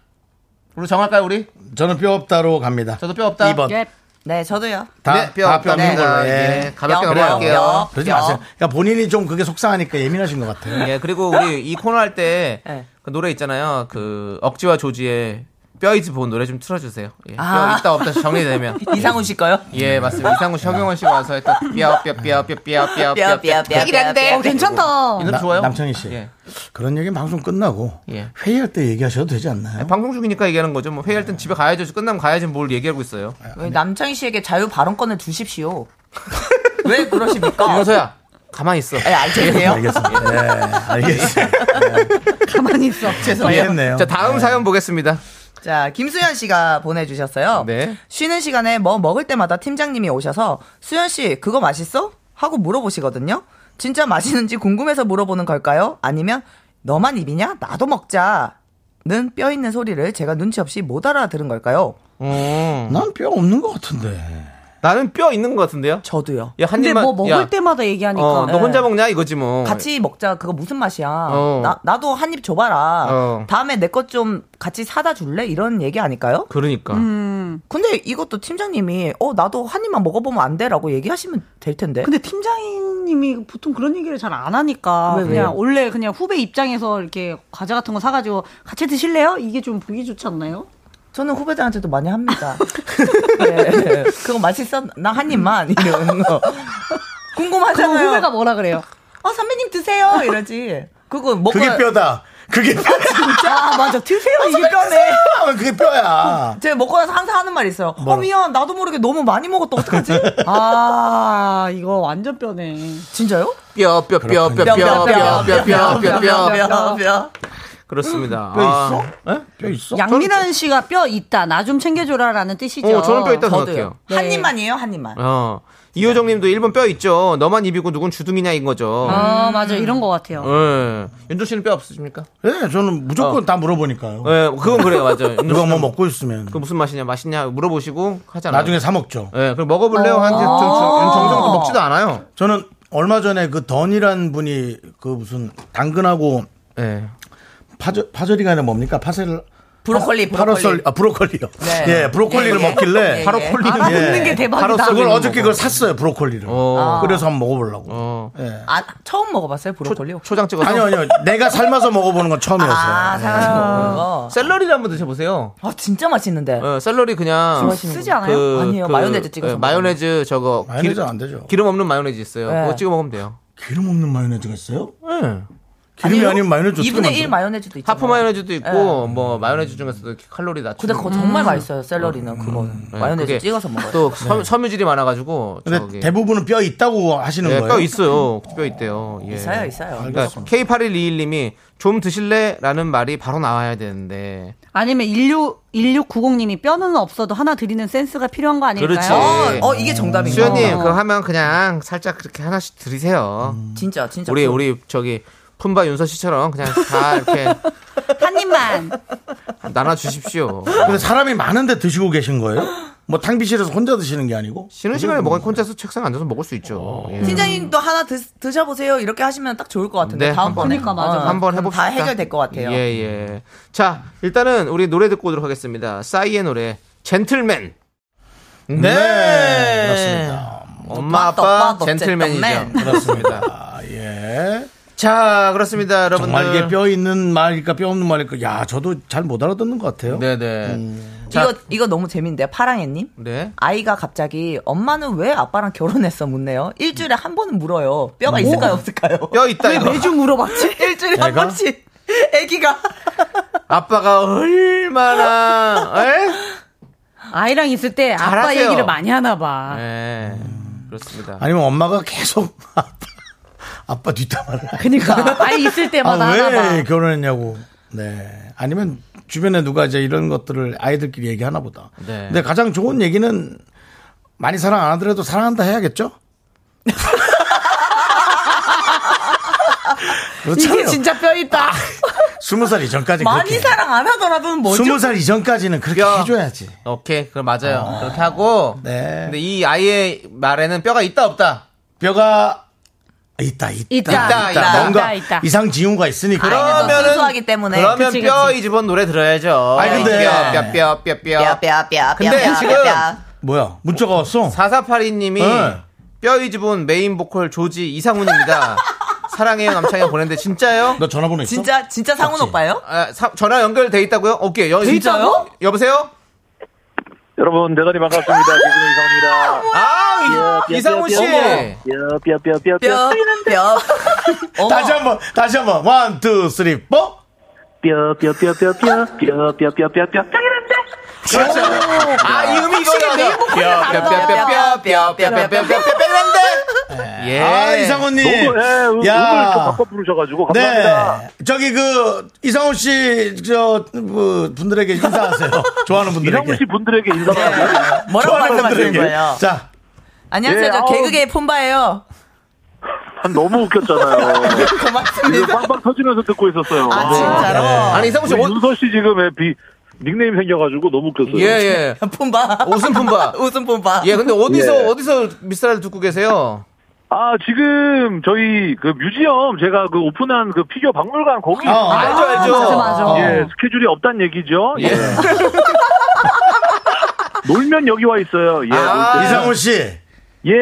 B: 우리 정할까요 우리?
A: 저는 뼈 없다로 갑니다.
B: 저도 뼈 없다.
A: 2번.
H: 예.
I: 네 저도요.
A: 다,
B: 네, 뼈
A: 다
B: 없다.
A: 뼈 없는
I: 네.
A: 걸로.
B: 예.
A: 예.
B: 가볍게
I: 뼈,
B: 넘어갈게요.
I: 뼈,
A: 그러지 마세요. 그러니까 본인이 좀 그게 속상하니까 예민하신 것 같아요.
B: 예, 그리고 우리 이 코너 할 때
I: 네.
B: 그 노래 있잖아요. 그 억지와 조지의 뼈이즈 본 노래 좀 틀어주세요. 예,
I: 아.
B: 뼈 있다 없다 정리되면.
I: 이상훈 씨 거요?
B: 예, 맞습니다. 이상훈 씨, 허경원 씨가 와서 했던 뼈, 뼈, 뼈, 뼈, 뼈, 뼈, 뼈, 뼈.
H: 어, 괜찮다.
B: 이 노래
A: 나-
B: 좋아요?
A: 남창희 씨.
B: 예.
A: 그런 얘기는 방송 끝나고
B: 예.
A: 회의할 때 얘기하셔도 되지 않나요?
B: 아니, 방송 중이니까 얘기하는 거죠. 뭐 회의할 땐 집에 가야죠. 끝나면 가야지 뭘 얘기하고 있어요.
I: 왜 남창희 씨에게 자유 발언권을 두십시오. 왜 그러십니까?
B: 이건서야 가만히 있어.
I: 예, 알겠어요.
A: 알겠습니다. 네, 알겠습니다.
H: 가만히 있어.
A: 이해했네요.
B: 자, 다음 사연 보겠습니다.
I: 자, 김수현 씨가 보내주셨어요.
B: 네.
I: 쉬는 시간에 뭐 먹을 때마다 팀장님이 오셔서 수현 씨 그거 맛있어? 하고 물어보시거든요. 진짜 맛있는지 궁금해서 물어보는 걸까요? 아니면 너만 입이냐? 나도 먹자. 는뼈 있는 소리를 제가 눈치 없이 못 알아들은 걸까요?
B: 음.
A: 난 뼈 없는 것 같은데.
B: 나는 뼈 있는 것 같은데요?
I: 저도요.
B: 야, 한
H: 근데
B: 입만.
H: 뭐 먹을
B: 야,
H: 때마다 얘기하니까.
B: 어, 너
H: 네.
B: 혼자 먹냐? 이거지 뭐.
I: 그러니까. 같이 먹자. 그거 무슨 맛이야?
B: 어.
I: 나, 나도 한 입 줘봐라.
B: 어.
I: 다음에 내 것 좀 같이 사다 줄래? 이런 얘기 아닐까요?
B: 그러니까.
H: 음.
I: 근데 이것도 팀장님이 어 나도 한 입만 먹어보면 안 돼라고 얘기하시면 될 텐데.
H: 근데 팀장님이 보통 그런 얘기를 잘 안 하니까
I: 왜, 왜요?
H: 그냥 원래 그냥 후배 입장에서 이렇게 과자 같은 거 사가지고 같이 드실래요? 이게 좀 보기 좋지 않나요?
I: 저는 후배들한테도 많이 합니다. 네. 그거 맛있어? 나 한 입만 이런 거.
H: 그럼
I: 궁금하잖아요.
H: 후배가 뭐라 그래요?
I: 어 선배님 드세요 이러지. 그거 먹어.
A: 그게 뼈다. 그게 뼈.
I: 아 맞아 드세요 이게 뼈네.
A: 그게 뼈야.
I: 제가 먹고 나서 항상 하는 말 있어요. 어 미안 나도 모르게 너무 많이 먹었다 어떡하지?
H: 아 이거 완전 뼈네.
I: 진짜요?
B: 뼈, 뼈, 뼈, 뼈, 뼈, 뼈, 뼈, 뼈, 뼈, 뼈, 뼈.
I: 뼈.
B: 그렇습니다.
A: 뼈 있어?
B: 아.
A: 예? 뼈 있어?
H: 양미란 씨가 뼈 있다 나 좀 챙겨줘라라는 뜻이죠.
B: 어, 저는 뼈 있다 생각해요.
I: 저도요. 한
H: 네.
I: 입만이에요 한 입만.
B: 어. 이효정 님도 1번 뼈 있죠. 너만 입이고 누군 주둥이냐 인 거죠.
H: 아
I: 음.
H: 맞아 이런 것 같아요.
B: 예. 윤종 씨는 뼈 없으십니까?
A: 예, 저는 무조건 다 물어보니까요.
I: 네.
B: 예, 그건 그래요. 맞아요. 윤종
A: 누가
B: 씨는
A: 뭐 먹고 있으면
B: 그 무슨 맛이냐, 맛있냐 물어보시고 하잖아요.
A: 나중에 아. 사 먹죠.
I: 네.
B: 예, 그럼 먹어볼래요? 한지 정성도 먹지도 않아요.
A: 저는 얼마 전에 그 던이란 분이 그 무슨 당근하고
B: 예.
A: 파저, 파절이가 아니라 뭡니까? 파셀
I: 브로콜리,
A: 파로
I: 브로콜리.
A: 아, 브로콜리요.
I: 네.
A: 예, 브로콜리를
I: 예, 예. 예,
A: 먹길래
I: 예.
A: 파로콜리는
H: 알아듣는 게 대박이다.
A: 바로 그걸
B: 썰기는
A: 어저께
B: 먹어.
A: 그걸 샀어요, 브로콜리를.
B: 어.
A: 그래서 한번 먹어보려고.
B: 어.
A: 예.
I: 아 처음 먹어봤어요 브로콜리.
B: 초장 찍어서.
A: 아니요, 아니요. 내가 삶아서 네. 먹어보는 건 처음이었어요.
I: 아 사가지고
B: 네.
I: 먹는 거.
B: 샐러리를 한번 드셔보세요.
I: 아 진짜 맛있는데.
B: 예, 샐러리 그냥.
H: 쓰지 않아요?
I: 아니에요. 마요네즈 찍어서
B: 예, 마요네즈 저거.
A: 마요네즈
B: 기름-
A: 안 되죠.
B: 기름 없는 마요네즈 있어요.
I: 예.
B: 그거 찍어 먹으면 돼요.
A: 기름 없는 마요네즈가 있어요?
B: 예.
A: 기름이 아니면 마요네즈 어떻게
I: 2분의
A: 만들어?
I: 1 마요네즈도 있죠.
B: 하프 마요네즈도 있고
H: 예.
B: 뭐 마요네즈 중에서도 이렇게 칼로리 낮추.
I: 근데 그거 정말
H: 음.
I: 맛있어요. 샐러리는 그거는 마요네즈 찍어서 먹어요.
B: 음. 또 섬- 섬유질이 많아가지고
A: 근데
B: 저기
A: 대부분은 뼈 있다고 하시는
B: 예,
A: 거예요.
B: 뼈 있어요. 뼈 있대요. 예.
I: 있어요, 있어요.
B: 그러니까 K8121님이 좀 드실래라는 말이 바로 나와야 되는데
H: 아니면 16 1690님이 뼈는 없어도 하나 드리는 센스가 필요한 거 아닐까요?
B: 그렇지. 음.
I: 어, 어, 이게 정답인 거.
B: 네. 수현님
H: 어.
B: 그거 하면 그냥 살짝 그렇게 하나씩 드리세요.
H: 음.
I: 진짜 진짜.
B: 우리 우리 저기 품바 윤서 씨처럼 그냥 다 이렇게
H: 한 입만.
B: 나눠 주십시오.
A: 근데 사람이 많은데 드시고 계신 거예요? 뭐 탕비실에서 혼자 드시는 게 아니고?
B: 쉬는 시간에 먹으니 혼자서 책상 앉아서 먹을 수
A: 어.
B: 있죠.
A: 음.
B: 예.
I: 팀장님도 하나 드, 드셔보세요. 이렇게 하시면 딱 좋을 것 같은데.
B: 네,
I: 다음 번에.
H: 그러니까 맞아.
I: 어,
B: 한번
I: 그럼
B: 해봅시다.
I: 다 해결될 것 같아요.
B: 예, 예. 자, 일단은 우리 노래 듣고 오도록 하겠습니다. 싸이의 노래, 젠틀맨. 네.
A: 그렇습니다.
B: 엄마,
I: 오빠,
B: 아빠,
I: 오빠,
B: 젠틀맨이죠.
I: 젠틀맨.
A: 그렇습니다. 예.
B: 자, 그렇습니다, 여러분들.
A: 정말 이게 뼈 있는 말일까 뼈 없는 말일까? 야, 저도 잘 못 알아듣는 것 같아요.
B: 네네.
A: 음.
B: 자,
I: 이거 이거 너무 재밌는데 파랑애님.
B: 네.
I: 아이가 갑자기 엄마는 왜 아빠랑 결혼했어 묻네요. 일주일에 한 번은 물어요. 뼈가 있을까요 없을까요?
B: 뼈 있다,
I: 왜
B: 이거.
I: 매주 물어봤지? 일주일에 한
A: 애가?
I: 번씩. 애기가
B: 아빠가 얼마나, 에?
H: 아이랑 있을 때 아빠
B: 잘하세요.
H: 얘기를 많이 하나
A: 아.
H: 봐.
B: 네. 그렇습니다.
A: 아니면 엄마가 계속 아빠, 아빠 뒷담화를.
H: 그니까 아이 있을 때마다
A: 아,
H: 하나 봐.
A: 왜 결혼했냐고. 네. 아니면 주변에 누가 이제 이런 것들을 아이들끼리 얘기하나 보다.
B: 네.
A: 근데 가장 좋은 얘기는 많이 사랑 안 하더라도 사랑한다 해야겠죠?
I: 이게
A: 그렇잖아요.
I: 진짜 뼈 있다.
A: 스무 살 이전까지
I: 많이
A: 그렇게.
I: 사랑 안 하더라도 뭐죠?
A: 스무 살 이전까지는 그렇게
B: 뼈.
A: 해줘야지.
B: 오케이, 그럼 맞아요. 그렇게 하고.
A: 네.
B: 근데 이 아이의 말에는 뼈가 있다 없다.
A: 뼈가 있다 있다
H: 있다,
B: 있다,
H: 있다,
A: 뭔가
H: 있다.
A: 이상 징후가 있으니까
I: 그러면은-
B: 그러면은
I: 순수하기 때문에.
B: 그러면
H: 그치,
B: 뼈
H: 그치.
B: 이집은 노래 들어야죠.
A: 아니, 근데-
B: 뼈, 뼈, 뼈, 뼈, 뼈.
I: 뼈뼈뼈뼈뼈
B: 근데 지금
A: 뭐야 문자가 왔어
B: 4482님이
A: 네.
B: 뼈 이집은 메인 보컬 조지 이상훈입니다. 사랑해요 남창이 보냈는데 진짜요?
A: 너 전화번호 있어
I: 진짜 진짜 상훈 오빠예요?
B: 아, 사- 전화 연결돼 있다고요? 오케이. 여,
I: 진짜요?
B: 여보세요?
D: 여러분 대단히 반갑습니다. 기분이 이상합니다. 예,
B: 아, 이, 상훈 씨.
I: 뼈 뼈. 어머.
A: 다시 한번 다시 한번 원투 쓰리 포
B: 아, 이 음이 이거야.
I: 메인 보컬이 다르다.
B: 뼈뼈뼈뼈뼈뼈뼈뼈뼈뼈뼈뼈뼈뼈뼈뼈뼈뼈뼈뼈뼈뼈뼈뼈뼈뼈뼈뼈뼈뼈뼈뼈뼈뼈뼈뼈뼈뼈뼈뼈뼈뼈뼈뼈뼈뼈뼈뼈뼈뼈뼈뼈뼈뼈뼈뼈뼈뼈뼈뼈뼈뼈
A: 아 이상훈님
D: 부르셔가지고
A: 네 저기 그 이상훈 씨저 그 분들에게 인사하세요 좋아하는 분들에게
D: 분들에게 인사드립니다.
I: 뭐라고
A: 좋아하는
I: 말씀하시는
A: 분들에게.
I: 거예요?
A: 자
I: 안녕하세요.
D: 예,
I: 저
D: 아우. 아,
I: 개그계의 폼바예요.
D: 너무 웃겼잖아요. 이거
I: 고맙습니다.
D: 빵빵 터지면서 듣고 있었어요.
I: 아 진짜로.
B: 아니 이상훈 씨
D: 우리
B: 옷,
D: 윤서 씨 지금 애 비, 닉네임 생겨가지고 너무 웃겼어요.
B: 예, 예.
I: 폼바.
B: 옷은 품바.
I: 웃음 폼바.
B: 예, 근데 어디서
D: 네. 예.
B: 어디서 미스라를 듣고 계세요?
D: 아, 지금 저희 그 뮤지엄 제가 그 오픈한 그 피규어 박물관
I: 네.
D: 거기.
A: 어,
B: 알죠, 알죠.
H: 맞아, 맞아.
A: 어.
D: 예, 스케줄이 없단 얘기죠. 예.
B: 예.
D: 놀면 여기 와 있어요. 예.
B: 아,
D: 올 때.
A: 이상훈 씨
D: 예.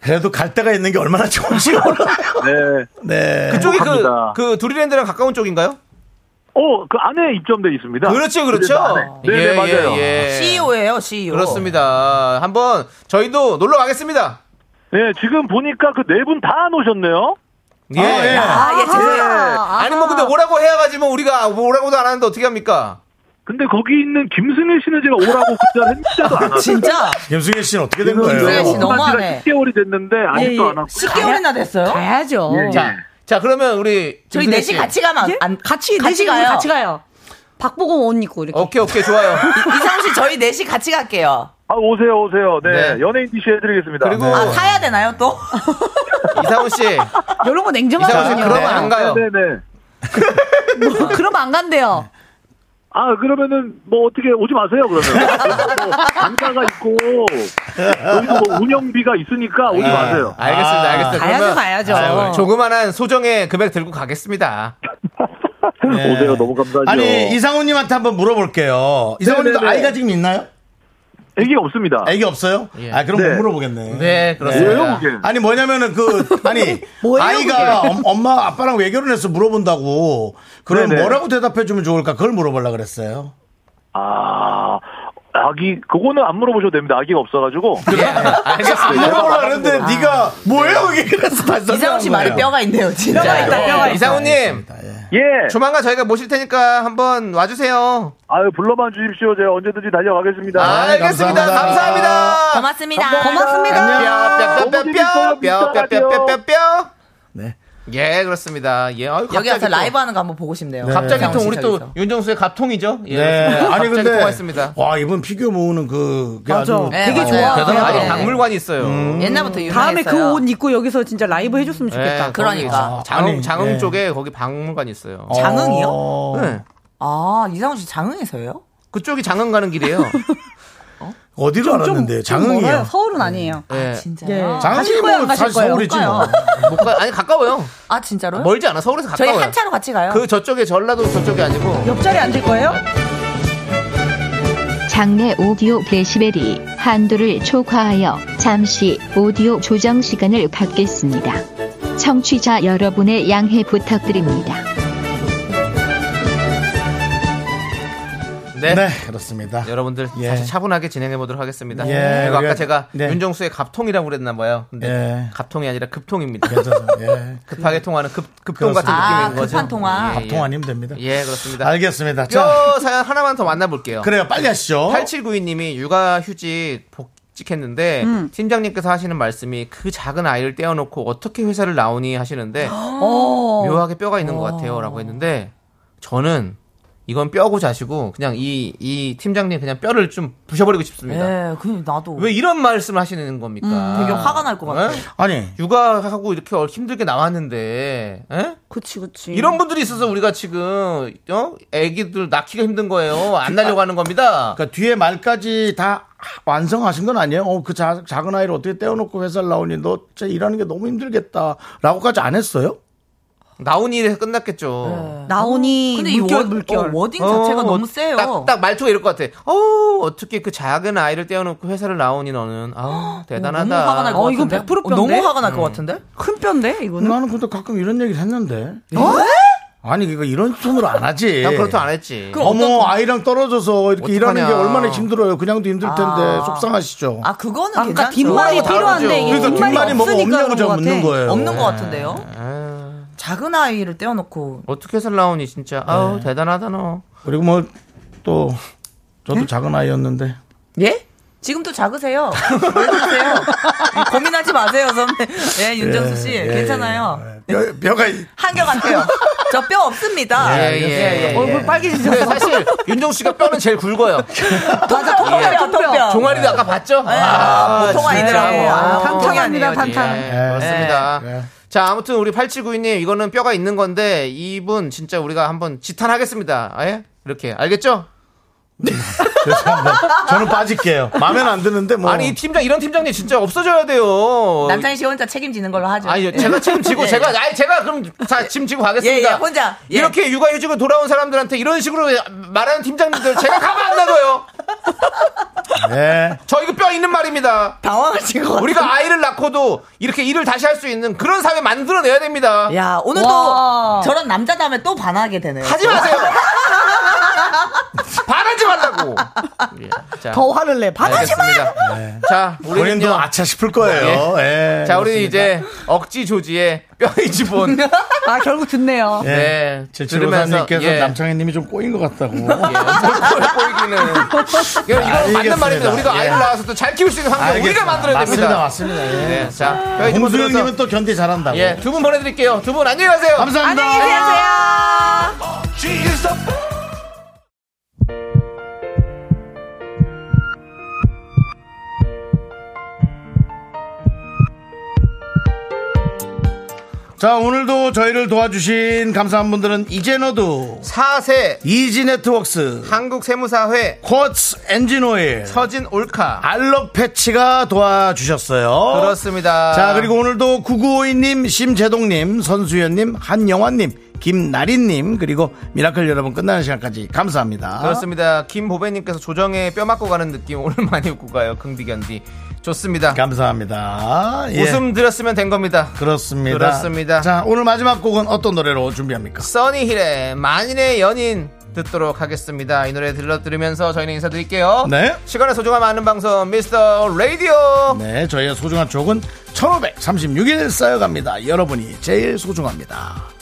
A: 그래도 갈 데가 있는 게 얼마나 좋은지 몰라요
D: 네.
A: 네
B: 그쪽이
D: 행복합니다.
B: 그, 그 두리랜드랑 가까운 쪽인가요?
D: 어, 그 안에 입점돼 있습니다.
B: 그렇죠, 그렇죠.
D: 네, 네, 맞아요.
B: 예.
H: E
I: CEO예요, CEO.
B: 그렇습니다. 한번 저희도 놀러 가겠습니다.
D: 네, 지금 보니까 그 네 분 다 안 오셨네요.
B: 예.
A: 아, 예.
I: 아, 예, 죄송해요.
B: 아니 뭐 근데 오라고 해야가지면 우리가 뭐 오라고도 안 하는데 어떻게 합니까?
D: 근데 거기 있는 김승일 씨는 제가 오라고 그날 했는데도 안 왔어요.
I: 진짜?
A: 김승일 씨는 어떻게 된
I: 김승일
A: 거예요
I: 씨 너무- 너무하네. 네.
D: 10개월이 됐는데 아직도 안 왔고. 예,
I: 10개월이나 됐어요?
H: 가야죠.
B: 자, 자 그러면 우리
I: 저희
B: 김승혜
I: 넷이
B: 씨.
I: 같이 가면 안- 안
H: 같이
I: 같이 네
H: 넷이 우리
I: 가요.
H: 같이 가요. 박보검 옷 입고 이렇게.
B: 오케이 오케이 좋아요.
I: 어. 이상훈 씨 저희 넷이 같이 갈게요.
D: 아, 오세요, 오세요. 네.
B: 네.
D: 연예인 DC 해드리겠습니다.
B: 그리고
H: 어.
I: 아, 사야 되나요, 또?
B: 이상훈 씨, 이상훈
H: 이런 거
B: 씨
H: 냉정하거든요.
B: 그러면 안 가요.
D: 네네.
H: 뭐, 그러면 안 간대요.
D: 아, 그러면은, 뭐, 어떻게, 오지 마세요, 그러면. 단가가 있고, 여기서 뭐, 운영비가 있으니까 오지 마세요.
B: 알겠습니다,
A: 아.
B: 알겠습니다.
H: 가야죠,
B: 그러면
H: 가야죠.
A: 아유,
B: 조그만한 소정의 금액 들고 가겠습니다.
A: 네.
D: 오세요, 너무 감사하죠.
A: 아니 이상훈님한테 한번 물어볼게요. 이상훈님도
D: 네네네.
A: 아이가 지금 있나요?
D: 애기 없습니다.
A: 아기 없어요?
B: 예.
A: 아 그럼
D: 네.
A: 못 물어보겠네.
D: 왜요,
B: 네, 그렇습니다.
D: 그게?
A: 아니 뭐냐면은 그 아니 아이가 엄- 엄마 아빠랑 왜 결혼해서 물어본다고 그럼
D: 네네.
A: 뭐라고 대답해주면 좋을까 그걸 물어보려 그랬어요.
D: 아, 아기, 그거는 안 물어보셔도 됩니다. 아기가 없어가지고.
B: 예, 알겠습니다. 아,
A: 물어보려 그랬는데 네가 뭐예요 이게 그래서 다시
I: 이상훈 씨 말에
A: 설명한 거예요.
I: 뼈가 있네요, 진짜. 뼈가
H: 있다, 뼈가 있다.
B: 이상훈님,
D: 예.
B: 조만간 저희가 모실 테니까 한번 와주세요.
D: 아유, 불러만 주십시오. 제가 언제든지 달려가겠습니다.
B: 아, 알겠습니다.
A: 아, 감사합니다.
B: 감사합니다.
I: 고맙습니다. 고맙습니다.
B: 뼈, 뼈, 뼈, 뼈, 뼈, 뼈, 뼈, 뼈, 뼈, 뼈, 뼈.
A: 네.
B: 예, 그렇습니다. 예, 아유,
I: 여기
B: 갑자기
I: 와서
B: 또-
I: 라이브 하는 거 한번 보고 싶네요.
B: 갑자기
I: 이상훈
B: 또
I: 씨
B: 우리 또
I: 저기서.
B: 윤정수의 갑통이죠. 예,
A: 네.
B: 그렇습니다.
A: 아니
B: 갑자기
A: 근데
B: 통화했습니다.
A: 와 이분 피규어 모으는 그 그게 아주 어.
I: 네,
H: 되게
I: 맞아요.
H: 좋아.
B: 아니
I: 네.
B: 박물관이 있어요.
I: 옛날부터 유명했어요.
H: 다음에 그 옷 입고 여기서 진짜 라이브 해줬으면 좋겠다.
B: 예,
I: 그러니까.
B: 거기 장흥
A: 아니,
B: 장흥
A: 예.
B: 쪽에 거기 박물관 있어요.
I: 장흥이요?
A: 어,
B: 네.
I: 아, 이상훈 씨 장흥에서예요?
B: 그쪽이 장흥 가는 길이에요.
A: 어디로 알았는데
H: 멀어요.
A: 장흥이요.
H: 서울은 아니에요.
B: 예.
H: 네.
I: 진짜요?
A: 장흥이
H: 가실 거예요,
A: 뭐
H: 안 가실
A: 사실
H: 거예요?
A: 서울이지
I: 못
A: 뭐.
B: 못 가- 아니 가까워요.
I: 아, 진짜로요?
B: 멀지 않아. 서울에서
I: 저희
B: 가까워요.
I: 한차로 같이 가요.
B: 그 저쪽에 전라도 저쪽이 아니고
H: 옆자리 앉을 거예요?
E: 장내 오디오 데시벨이 한도를 초과하여 잠시 오디오 조정 시간을 갖겠습니다. 청취자 여러분의 네, 양해 부탁드립니다.
B: 네.
A: 네 그렇습니다.
B: 여러분들
A: 예.
B: 다시 차분하게 진행해 보도록 하겠습니다.
A: 예,
B: 그리고 아까
A: 우리가-
B: 제가
A: 네.
B: 윤정수의 갑통이라고 그랬나 봐요. 근데
A: 예.
B: 갑통이 아니라 급통입니다.
A: 괜찮아요. 예.
B: 급하게 통하는 급 급통 같은
I: 그렇습니다.
B: 느낌인
I: 아,
B: 거죠.
I: 급한 통화.
B: 예, 예.
A: 통 아니면 됩니다.
B: 예, 그렇습니다.
A: 알겠습니다. 자
B: 뼈 사연 하나만 더 만나볼게요.
A: 그래요 빨리 하시죠.
B: 8792님이 육아 휴직 복직했는데
I: 음.
B: 팀장님께서 하시는 말씀이 그 작은 아이를 떼어놓고 어떻게 회사를 나오니 하시는데
H: 어.
B: 묘하게 뼈가 있는 것 같아요라고 했는데 저는 이건 뼈고 자시고 그냥 이, 이 팀장님 그냥 뼈를 좀 부셔버리고 싶습니다.
I: 예, 그 나도
B: 왜 이런 말씀을 하시는 겁니까?
I: 음, 되게 화가 날 것 같아.
B: 예?
A: 아니
B: 육아하고 이렇게 얼- 힘들게 나왔는데 예?
I: 그치 그치.
B: 이런 분들이 있어서 우리가 지금 어? 애기들 낳기가 힘든 거예요. 안 낳으려고 하는 겁니다.
A: 그러니까 뒤에 말까지 다 완성하신 건 아니에요. 어, 그 자, 작은 아이를 어떻게 떼어놓고 회사를 나오니 너 진짜 일하는 게 너무 힘들겠다라고까지 안 했어요?
B: 나온 일에서 끝났겠죠.
H: 나오니
I: 근데 이
H: 물결,
I: 워,
H: 물결.
I: 네. 어, 워딩 자체가
B: 어,
I: 너무 세요.
B: 딱, 딱 말투가 이럴 것 같아. 어, 어떻게 그 작은 아이를 떼어놓고 회사를 나오니 너는. 아우, 대단하다.
I: 너무 화가 날 것
H: 어, 이건
I: 같은데.
H: 100%
I: 어, 너무
H: 뼈인데?
I: 화가 날 것 같은데. 음.
H: 큰 뼈인데 이거는.
A: 나는 근데 가끔 이런 얘기를 했는데. 예? 아니, 그러니까 이런 톤으로 안 하지.
B: 난 그렇다 안 했지.
A: 어머, 아이랑 떨어져서 이렇게 일하는 게
B: 어떡하냐.
A: 얼마나 힘들어요. 그냥도 힘들 텐데
I: 아.
A: 속상하시죠.
I: 아 그거는
H: 아까
I: 괜찮죠. 어,
H: 뒷말이
B: 뭐라고
H: 필요한데
B: 다르죠.
H: 이게
A: 그러니까
H: 뒷말이
A: 뒷말이 뭐가
H: 없으니까
A: 없냐고 제가
H: 그런 것
A: 묻는
H: 같아.
A: 거예요. 네.
I: 없는 것 같은데요.
B: 에휴,
I: 작은 아이를 떼어놓고
B: 어떻게 회사를 나오니 진짜. 아우, 대단하다 너.
A: 그리고 뭐 또 저도 작은 아이였는데
I: 예? 지금도 작으세요. 왜 그러세요? 고민하지 마세요, 선배. 예, 윤정수 씨.
A: 예,
I: 괜찮아요.
A: 예, 예. 뼈, 뼈가 이-
I: 한결 같아요. 저 뼈 없습니다.
B: 예, 예, 예, 예.
I: 얼굴
B: 근데
I: 빨개지셨어.
B: 사실 윤정수 씨가 뼈는 제일 굵어요.
I: 맞아, 통뼈야, 통뼈.
B: 종아리도 아까 봤죠?
I: 아, 보통 아니더라고.
B: 진짜.
I: 아, 보통이
H: 탄탄합니다,
I: 아니에요.
H: 탄탄.
B: 예, 그렇습니다.
A: 예.
B: 자, 아무튼 우리 8792님, 이거는 뼈가 있는 건데, 이분 진짜 우리가 한번 지탄하겠습니다. 예? 이렇게. 알겠죠?
A: 죄송합니다. 저는 빠질게요. 마음엔 안 드는데 뭐
B: 아니, 이 팀장, 이런 팀장님 진짜 없어져야 돼요.
I: 남창희 씨 혼자 책임지는 걸로 하죠.
B: 아니, 제가 책임지고,
I: 예,
B: 제가, 아니, 제가 그럼 다 짐지고
I: 예,
B: 가겠습니다.
I: 예, 혼자. 예.
B: 이렇게 육아휴직을 돌아온 사람들한테 이런 식으로 말하는 팀장님들 제가 가만 안 놔둬요.
A: 네.
B: 저 이거 뼈 있는 말입니다.
I: 당황하신 것 같아요.
B: 우리가 아이를 낳고도 이렇게 일을 다시 할 수 있는 그런 사회 만들어내야 됩니다.
I: 야, 오늘도
H: 와.
I: 저런 남자 다음에 또 반하게 되네요.
B: 하지 마세요. 반하지 말라고. 예, 자,
H: 더 화를 내. 받아.
B: 알겠습니다. 자, 우리는요.
A: 네. 본인도 아차 싶을 거예요. 예,
B: 자, 우리는
A: 그렇습니다.
B: 이제 억지 조지의 뼈이지 본.
H: 아 결국 듣네요.
A: 예.
B: 네,
A: 제출사님께서
B: 들으면서, 예.
A: 남창희님이 좀 꼬인 것 같다고.
B: 예, 보이기는. 예, 이건 맞는
A: 알겠습니다.
B: 말입니다. 우리가
A: 예.
B: 아이를 낳아서 또 잘 키울 수 있는 환경
A: 알겠습니다.
B: 우리가 만들어야 됩니다.
A: 맞습니다, 맞습니다. 예.
B: 네, 자, 뼈이지 본. 들으면서,
A: 홍수영님은 또 견디 잘한다고.
B: 예, 두 분 보내드릴게요. 두 분 안녕히 가세요.
A: 감사합니다. 자, 오늘도 저희를 도와주신 감사한 분들은 이제너두,
B: 4세
A: 이지네트웍스,
B: 한국세무사회
A: 쿼츠 엔진오일,
B: 서진 올카.
A: 알록 패치가 도와주셨어요.
B: 그렇습니다.
A: 자, 그리고 오늘도 9952님, 심재동님, 선수연님, 한영환님, 김나린님, 그리고 미라클 여러분 끝나는 시간까지 감사합니다.
B: 그렇습니다. 김보배님께서 조정에 뼈 맞고 가는 느낌 오늘 많이 웃고 가요. 긍디견디. 좋습니다.
A: 감사합니다. 예,
B: 웃음 드렸으면 된 겁니다.
A: 그렇습니다.
B: 그렇습니다.
A: 자, 오늘 마지막 곡은 어떤 노래로 준비합니까?
B: 써니힐의 만인의 연인 듣도록 하겠습니다. 이 노래 들려드리면서 저희는 인사드릴게요.
A: 네.
B: 시간의 소중함 아는 방송 미스터 라디오.
A: 네, 저희의 소중한 쪽은 1536일 쌓여갑니다. 여러분이 제일 소중합니다.